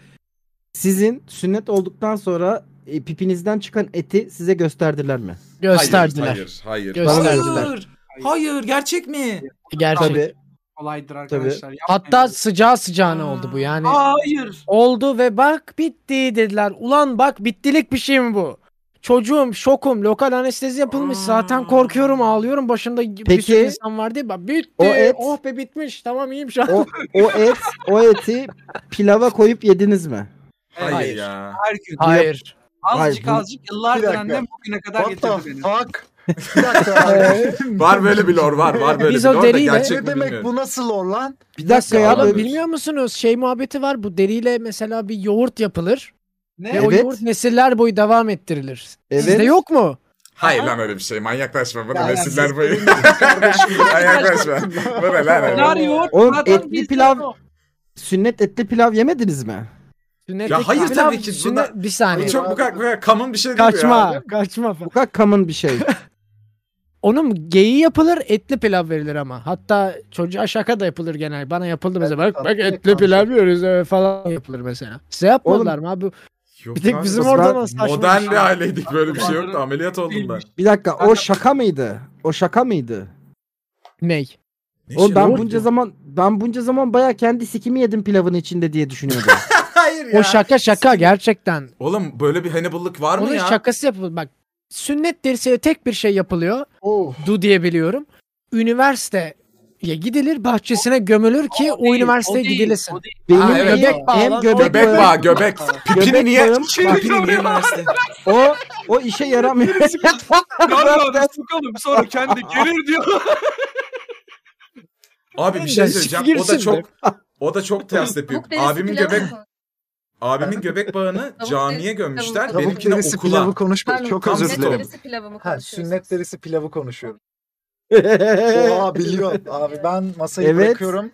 sizin sünnet olduktan sonra e, pipinizden çıkan eti size gösterdiler mi? gösterdiler. Hayır, hayır. hayır. Gösterdiler. Hayır. Hayır, gerçek mi? Gerçek. Tabii. Olaydır Tabii. arkadaşlar. yapmayın. Hatta sıcağı sıcağına oldu bu yani. Hayır. Oldu ve bak bitti dediler. Ulan bak bittilik bir şey mi bu? Çocuğum şokum lokal anestezi yapılmış Hmm. zaten korkuyorum ağlıyorum başımda bir sürü Peki. insan var diye bak bitti O et- oh be bitmiş tamam iyiyim şu an. O o et o eti pilava koyup yediniz mi? Hayır, Hayır. ya. Her gün. Hayır. Hayır, Azıcık bu- azıcık yıllardır Bir dakika. annem bugüne kadar What the getirdi beni. fuck? Bir dakika. Var böyle bir lor var. Var böyle Biz bir o lor da deriyle- gerçek Ne mi demek bilmiyorum. bu nasıl or lan? Bir dakika ya. Yalan Oğlum Olabilir. böyle- mı? bilmiyor musunuz şey muhabbeti var bu deriyle mesela bir yoğurt yapılır Ne? ve o Evet. yoğurt nesiller boyu devam ettirilir. Sizde Evet. yok mu? Hayır lan öyle bir şey. Manyaklaşma. Bana Ya, nesiller siz boyu. benim kardeşim. Manyaklaşma. Bana lan öyle. Pilav yoğurt Oğlum, zaten etli bizden pilav- o. Sünnet etli pilav yemediniz mi? Sünnetteki hayır pilav- tabii ki, sünnet- bir saniye. Bu çok bu kadar, bu kadar common bir şey değil ya. Kaçma, kaçma falan. Bu kadar common bir şey. Onun geyiği yapılır, etli pilav verilir ama. Hatta çocuğa şaka da yapılır genel. Bana yapıldı mesela. Evet, Bak, bak tatlı etli ekran pilav yiyoruz e, falan yapılır mesela. Size yapmadılar mı abi? Yok Bir tek lan, bizim biz oradan ben- o saçma Modern şey. bir aileydik. Böyle bir şey yoktu. Ameliyat oldum ben. Bir dakika o şaka mıydı? O şaka mıydı? Ney? Ne O şey ben lan? bunca zaman ben bunca zaman baya kendi sikimi yedim pilavın içinde diye düşünüyordum. Hayır ya. O şaka şaka gerçekten. Oğlum böyle bir Hannibal'lık var mı Onun ya? şakası yapılır. Bak sünnet dersiyle tek bir şey yapılıyor. Oh. Du diye biliyorum. Üniversiteye gidilir, bahçesine gömülür ki o, O değil, üniversiteye o değil, gidilesin. o değil. Benim Ha, evet. niye- hem Bağlan- göbek, Göbek bağım- var göbek. Pipini Göbek niye? bağım- Pipini niye üniversite? o o işe yaramıyor. Yarın sokalım sonra kendi gelir diyor. Abi bir şey söyleyeceğim. O da Girsin çok o da çok ters yapıyor. Tavuk derisi Abimin pilavı göbek konuş- abimin göbek bağını derisi- camiye gömmüşler. tavuk Tavuk Benimkini derisi okula. pilavı konuşma. Ben Çok tam özür net Sünnet dilerim. derisi pilavı mı Ha, konuşuyorsun? sünnet derisi pilavı konuşuyorum. Oha biliyorum. Abi ben masayı Evet. bırakıyorum.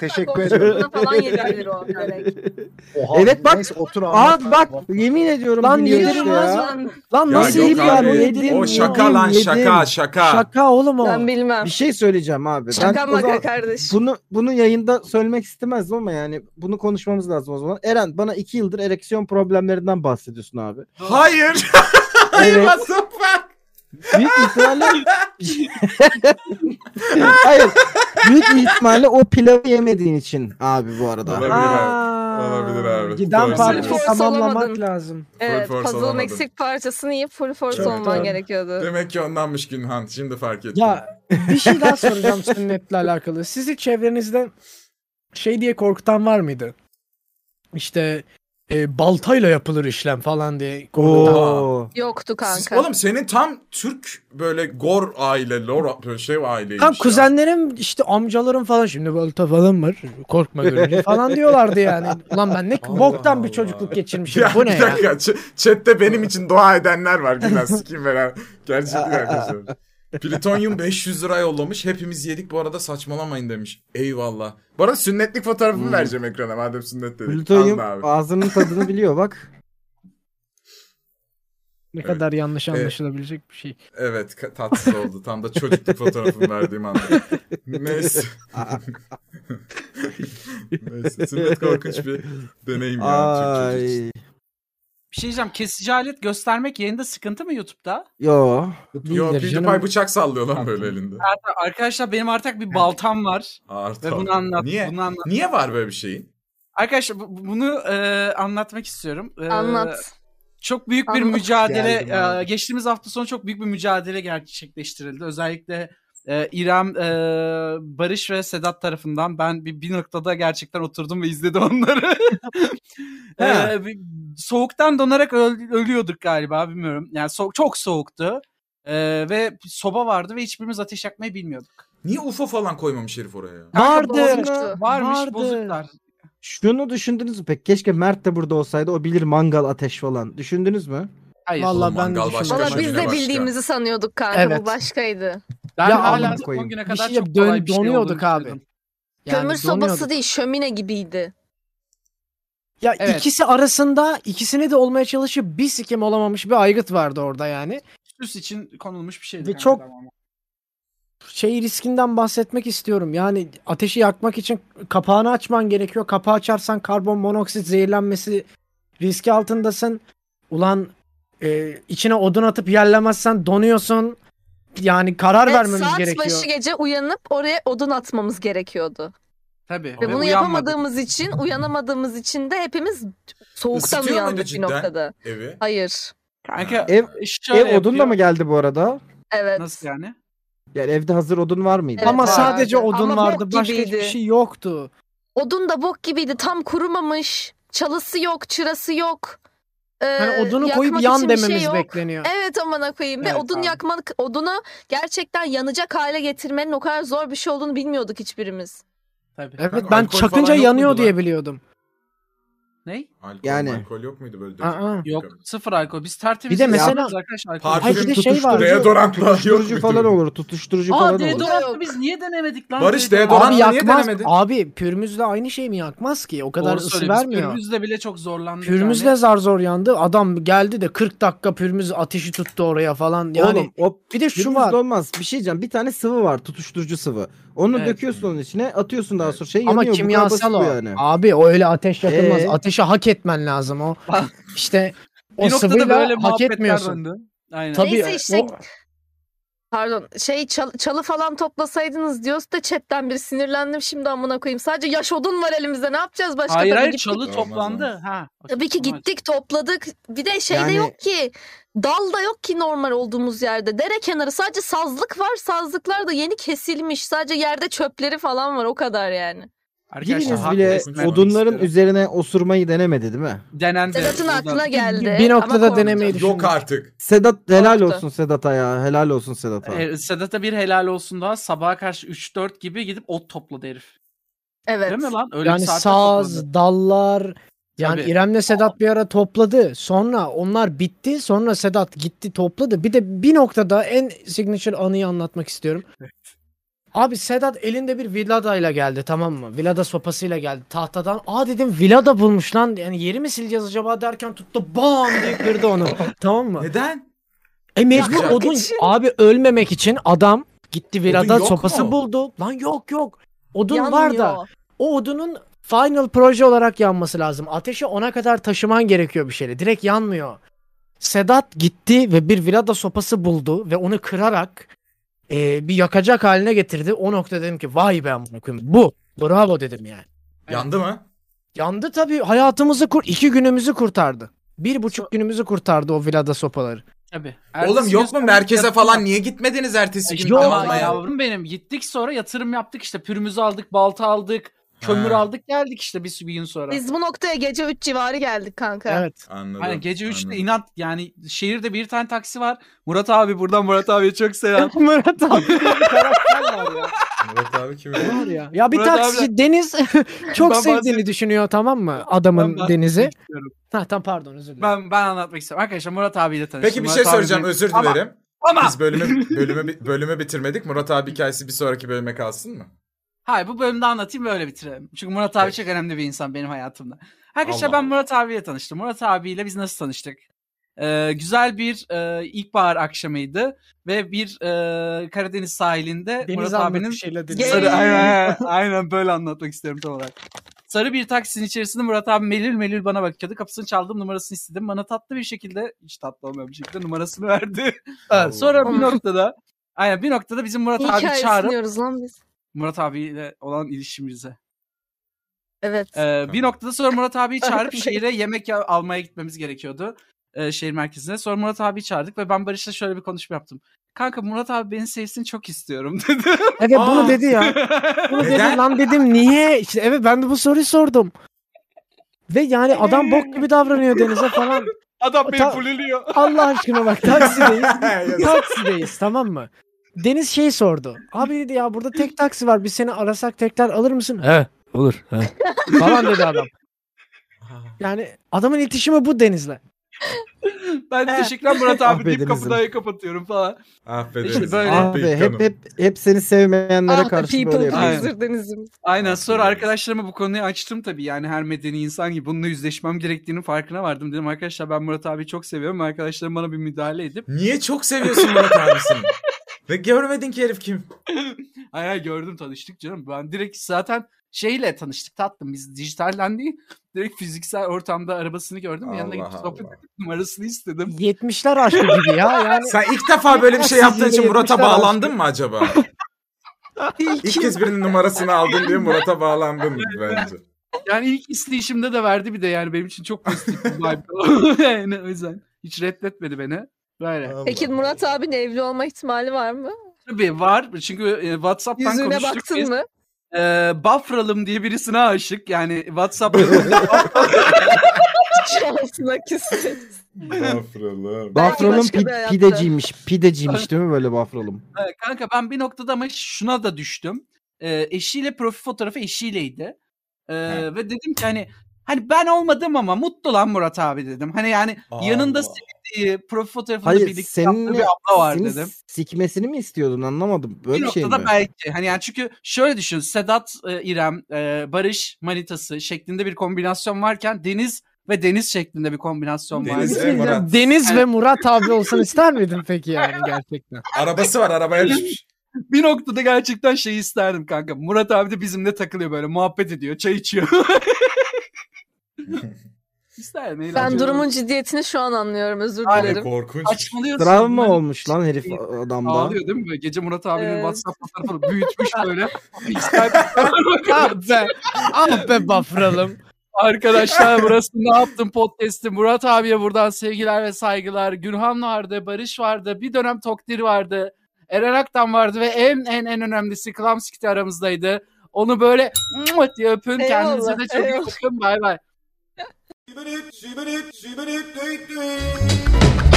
Teşekkür Konuşmasına ederim. falan yedirebilir o direkt. Oha, Evet, bak. Neyse, otur Aa anlat. bak yemin ediyorum Lan biliyorum yedirmez ya. Ben, Lan Ya nasıl yok yiyip abi, yani? Yedim, O yedim, şaka lan yedim. şaka şaka. Şaka oğlum o. ben bilmem. Bir şey söyleyeceğim abi. Ben Şaka o zaman maka kardeşim. bunu bunu yayında söylemek istemezdim ama yani bunu konuşmamız lazım o zaman. Eren bana iki yıldır ereksiyon problemlerinden bahsediyorsun abi. Hayır. Hayır Evet. what the fuck? Büyük ihtimalle Hayır. Büyük ihtimalle o pilavı yemediğin için abi bu arada. Olabilir abi. Olabilir abi. Giden Doğru parçayı söylüyorsun. tamamlamak Olamadın. lazım. Evet, force puzzle'ın alamadım. eksik parçasını yiyip full force Çok olman doğru. gerekiyordu. Demek ki ondanmış Günhan. Şimdi fark ettim. Ya bir şey daha soracağım sünnetle alakalı. Sizi çevrenizde şey diye korkutan var mıydı? İşte e, baltayla yapılır işlem falan diye. Oo. Yoktu Siz- kanka. Oğlum senin tam Türk böyle gor aile, lor böyle şey aileymiş. Tam ya. kuzenlerim işte amcalarım falan şimdi balta falan var korkma görünce falan diyorlardı yani. Ulan ben ne boktan bir çocukluk geçirmişim Ya bu ne bir ya? dakika. ç- Chat'te benim için dua edenler var. Gülen sikeyim ben. abi. Gerçekten arkadaşlar. Plütonyum 500 lira yollamış. Hepimiz yedik bu arada saçmalamayın demiş. Eyvallah. Bana sünnetlik fotoğrafımı Hmm. vereceğim ekrana madem sünnet dedik. Plütonyum Alma abi. ağzının tadını biliyor bak. Ne Evet. kadar yanlış Evet. anlaşılabilecek bir şey. Evet ka- tatsız oldu. Tam da çocukluk fotoğrafımı verdiğim anda. Neyse. Neyse. Sünnet korkunç bir deneyim ya. Çok çocuksun. Ay. Bir şey diyeceğim. Kesici alet göstermek yerinde sıkıntı mı YouTube'da? Yo. Yo Değildir PewDiePie canım. bıçak sallıyor lan böyle elinde. Hatta Arkadaşlar benim artık bir baltam var. Artı. Ve bunu anlat. Niye? Bunu anlat. Niye var böyle bir şeyin? Arkadaşlar bu- bunu e, anlatmak istiyorum. E, Anlat. Çok büyük bir Anlat. mücadele, Geldim abi. e, geçtiğimiz hafta sonu çok büyük bir mücadele gerçekleştirildi. Özellikle e, İrem, e, Barış ve Sedat tarafından ben bir, bir noktada gerçekten oturdum ve izledim onları. Ha. E, bir- soğuktan donarak öl- ölüyorduk galiba bilmiyorum. Yani so- çok soğuktu E, ve soba vardı ve hiçbirimiz ateş yakmayı bilmiyorduk. Niye UFO falan koymamış herif oraya ya? Vardı. bozmuştu. Varmış Vardı. bozuklar. Şunu düşündünüz mü peki? Keşke Mert de burada olsaydı. O bilir mangal ateş falan. Düşündünüz mü? Hayır. Vallahi Oğlum, ben de mangal başka düşünmedim. Valla şey. biz de başka. bildiğimizi sanıyorduk kanka Evet. bu başkaydı. Ben Ya hala amına son koyayım. güne Bir kadar şey çok kolay bir şey donuyorduk olduğunu abi. düşünüyordum. Yani Kömür donuyorduk. sobası değil şömine gibiydi. Ya Evet. ikisi arasında ikisini de olmaya çalışıp bir sikim olamamış bir aygıt vardı orada yani. Süs için konulmuş bir şeydi. Ve kanka, çok- tamam. Şey riskinden bahsetmek istiyorum. Yani ateşi yakmak için kapağını açman gerekiyor. Kapağı açarsan karbon monoksit zehirlenmesi riski altındasın. Ulan e, içine odun atıp yerlemezsen donuyorsun. Yani karar Evet, vermemiz saat gerekiyor. başı gece uyanıp oraya odun atmamız gerekiyordu. Tabii. Ve bunu uyanmadı. yapamadığımız için, uyanamadığımız için de hepimiz soğuktan Isıtıyor muydu uyandık bir cidden? noktada. Evi. Hayır. Kanka e, Ev- şöyle Ev odunla yapıyor. mı geldi bu arada? Evet. Nasıl yani? Yani evde hazır odun var mıydı? Evet, Ama vardı. sadece odun Ama bok vardı. Başka hiçbir gibiydi. şey yoktu. Odun da bok gibiydi. Tam kurumamış. Çalısı yok, çırası yok. Ee, Hani odunu yakmak koyup yan için bir dememiz şey yok. bekleniyor. Evet amına koyayım. Ve Evet odun abi. yakmak, odunu gerçekten yanacak hale getirmenin o kadar zor bir şey olduğunu bilmiyorduk hiçbirimiz. Tabii. Evet Kanka ben alkol falan çakınca yok muydu yanıyor lan? diye biliyordum. Ne? Alkol, Yani. alkol yok muydu böyle? Aa, dökecek? Yok. Sıfır alkol. Biz tertemiz Bir de insanlarız mesela- arkadaşlar. alkol. Parfüm, Hayır bir de şey tutuşturucu- vardı. Deodorantlar yok Tutuşturucu muydu? falan olur. Tutuşturucu Aa falan olur. deodorantı Yok. biz niye denemedik lan? Barış, deodorant- Abi Oranla niye yakmaz. denemedin? Abi pürmüzle aynı şey mi yakmaz ki? O kadar ısı vermiyor. Pürmüzle bile çok zorlandık. Pürmüzle yani. zar zor yandı. Adam geldi de 40 dakika pürmüz ateşi tuttu oraya falan. Yani Oğlum o bir de şu şu var. olmaz. Bir şey diyeceğim. Bir tane sıvı var. Tutuşturucu sıvı. Onu Evet. döküyorsun onun içine. Atıyorsun daha Evet. sonra şey yanıyor. Ama Bu kadar kimyasal basit o. bu Yani. Abi o öyle ateş yakılmaz. Ee? Ateşe hak etmen lazım o. işte Bir o noktada sıvıyla hak muhabbetler etmiyorsun. döndü. Aynen. Tabii Neyse işte- o- Pardon şey çal- çalı falan toplasaydınız diyorsa da chatten bir sinirlendim şimdi amına koyayım. Sadece yaş odun var elimizde ne yapacağız başka? hayır Tabii hayır gittik- çalı Olmaz, toplandı. olmaz. Ha. Tabii ki Olmaz. gittik topladık. Bir de şeyde Yani- yok ki dal da yok ki normal olduğumuz yerde. Dere kenarı sadece sazlık var. Sazlıklar da yeni kesilmiş. Sadece yerde çöpleri falan var o kadar yani. Biriniz haklı. bile haklısın. odunların Haklısın. üzerine osurmayı denemedi değil mi? Denendi. Sedat'ın Oldu. aklına geldi. bir ama noktada denemeyi korktu. düşündüm. Yok artık. Sedat helal Yoktu. olsun Sedat'a ya. Helal olsun Sedat'a. E, Sedat'a bir helal olsun daha sabaha karşı 3-4 gibi gidip ot topladı herif. Evet. Değil mi lan? Öyle Yani bir saatte saz, topladı. dallar. Yani Tabii. İrem'le Sedat bir ara topladı. Sonra onlar bitti. Sonra Sedat gitti topladı. Bir de bir noktada en signature anıyı anlatmak istiyorum. Abi Sedat elinde bir villadayla geldi tamam mı? Villada sopasıyla geldi tahtadan. Aa dedim villada bulmuş lan. Yani yeri mi sileceğiz acaba derken tuttu bam diye kırdı onu. tamam mı? Neden? E mecbur Yakmak odun için. abi ölmemek için adam gitti villada yok sopası mu? buldu. Lan yok yok. Odun Yanmıyor. var da o odunun final proje olarak yanması lazım. Ateşi ona kadar taşıman gerekiyor bir şeyle. Direkt yanmıyor. Sedat gitti ve bir virada sopası buldu ve onu kırarak e, bir yakacak haline getirdi. O nokta dedim ki vay be amına koyayım. Bu. Bravo dedim yani. Yandı mı? Yandı tabii. Hayatımızı kur iki günümüzü kurtardı. Bir buçuk günümüzü kurtardı o vilada sopaları. Tabii. Oğlum Ertesi gün yok mu sonra merkeze yatırım falan niye gitmediniz ertesi gün? Yok Tamam ama ya. yavrum benim. Gittik sonra yatırım yaptık işte. Pürümüzü aldık, balta aldık. Kömür Ha. aldık geldik işte bir, bir gün sonra. Biz bu noktaya gece 3 civarı geldik kanka. Evet. Anladım. Aynen, Hani gece 3'te anladım. inat yani şehirde bir tane taksi var. Murat abi buradan Murat abiye çok selam. Murat abi Murat abi kim? ya? var ya. Ya bir Murat taksici Deniz çok Ben sevdiğini bahset- düşünüyor tamam mı adamın Ben Deniz'i? bahsetmek istiyorum. Ha tamam pardon özür dilerim. Ben ben anlatmak istiyorum. Arkadaşlar Murat abiyle tanıştım. Peki bir Murat şey abi soracağım benim- özür Ama- dilerim. Ama Biz bölümü bölümü bi- bölümü bitirmedik. Murat abi hikayesi bir sonraki bölüme kalsın mı? Hayır bu bölümde anlatayım böyle bitirelim. Çünkü Murat abi çok önemli bir insan benim hayatımda. Arkadaşlar Allah ben Allah. Murat abiyle tanıştım. Murat abiyle biz nasıl tanıştık? Ee, güzel bir e, ilkbahar akşamıydı ve bir e, Karadeniz sahilinde Murat Deniz şey- abinin abinin şeyle Deniz. Gel- sarı er- Yay! aynen, aynen, aynen böyle anlatmak istiyorum tam olarak. Sarı bir taksinin içerisinde Murat abi melül melül bana bakıyordu. Kapısını çaldım numarasını istedim. Bana tatlı bir şekilde hiç tatlı olmayan bir şekilde numarasını verdi. Allah. Sonra bir noktada aynen bir noktada bizim Murat İyi abi ki çağırıp diyoruz lan biz. Murat abiyle olan ilişkimize. Evet. Ah, Ee, Bir noktada sonra Murat abiyi çağırıp şehire yemek ya- almaya gitmemiz gerekiyordu. Ee, şehir merkezine. Sonra Murat abiyi çağırdık ve ben Barış'la şöyle bir konuşma yaptım. Kanka Murat abi beni sevsin çok istiyorum dedi. Evet bunu Aa. dedi ya. Bunu dedi Neden? lan dedim niye? İşte evet ben de bu soruyu sordum. Ve yani adam bok gibi davranıyor Deniz'e falan. Adam beni Ta- bululuyor. Allah aşkına bak taksideyiz. Yazık. taksideyiz tamam mı? Deniz şey sordu. Abi dedi ya burada tek taksi var. Biz seni arasak tekrar alır mısın? He olur. Falan dedi adam. Yani adamın iletişimi bu Deniz'le. Ben teşekkürler Murat Ah abi be deyip Deniz'im. kapıdayı kapatıyorum falan. Affedersiniz. İşte böyle. Ah Ah be be, canım. hep hep hep seni sevmeyenlere Ah, karşı people böyle yapıyorsun. pleaser Deniz'im. Aynen Ah, sonra be. arkadaşlarıma bu konuyu açtım tabii. Yani her medeni insan gibi bununla yüzleşmem gerektiğinin farkına vardım. Dedim arkadaşlar ben Murat abi çok seviyorum. Arkadaşlarım bana bir müdahale edip Niye çok seviyorsun Murat abisini? Ve görmedin ki herif kim? Hayır hayır, gördüm tanıştık canım. Ben direkt zaten şeyle tanıştık tatlım. Biz dijitalden değil direkt fiziksel ortamda arabasını gördüm. yanına Allah gidip sohbet Allah. edip numarasını istedim. 70'ler aşkı gibi ya. Yani Sen ilk defa böyle bir şey yaptığın için Murat'a bağlandın mı acaba? İlk kez birinin numarasını aldın diye Murat'a bağlandın bence. Yani ilk isteyişimde de verdi bir de yani benim için çok pozitif bir vibe. yani o yüzden hiç reddetmedi beni. Böyle. Peki Murat abinin evli olma ihtimali var mı? Tabii var çünkü e, Whatsapp'tan Yüzüne konuştuk baktın biz. mı? E, Bafralım diye birisine aşık yani Whatsapp'ta. Şansına küsün. Bafralım. Belki Bafralım başka pi- bir hayatta. pideciymiş. Pideciymiş değil mi böyle Bafralım? Evet, Kanka ben bir noktada ama şuna da düştüm. Ee, eşiyle profil fotoğrafı eşiyleydi. Ee, He. ve dedim ki hani hani ben olmadım ama mutlu lan Murat abi dedim. Hani yani Allah. yanında sevdiği profil fotoğrafında Hayır birlikte senin yaptığı bir abla var seni dedim. sikmesini mi istiyordun anlamadım. Bir Böyle bir şey mi? noktada belki hani yani çünkü şöyle düşün Sedat, e, İrem, e, Barış, Manitası şeklinde bir kombinasyon varken Deniz ve Deniz şeklinde bir kombinasyon var. Deniz ve Murat. Deniz ve Murat abi olsun ister miydin peki yani gerçekten? Arabası var arabaya düşmüş. Bir noktada gerçekten şey isterdim kanka. Murat abi de bizimle takılıyor böyle muhabbet ediyor, çay içiyor. İsterdim. Ben eğlenceli durumun ciddiyetini şu an anlıyorum. Özür Aynen. Böyle dilerim. korkunç. Saçmalıyorsun. Travma Yani olmuş lan herif adamda. Ağlıyor değil mi? Böyle Gece Murat abinin Evet. WhatsApp fotoğrafını büyütmüş böyle. Bilgisayar- ah be. Ah be bafralım. Arkadaşlar burası ne yaptım podcast'i. Murat abiye buradan sevgiler ve saygılar. Gürhan vardı, Barış vardı, bir dönem Tokdir vardı. Eren Aktan vardı ve en en en önemlisi Klamskit aramızdaydı. Onu böyle "Mua!" diye öpün. Eyvallah, Kendinize de çok iyi eyvallah. bakın. Bay bay. Şibirit, şibirit, şibirit, düy, düy.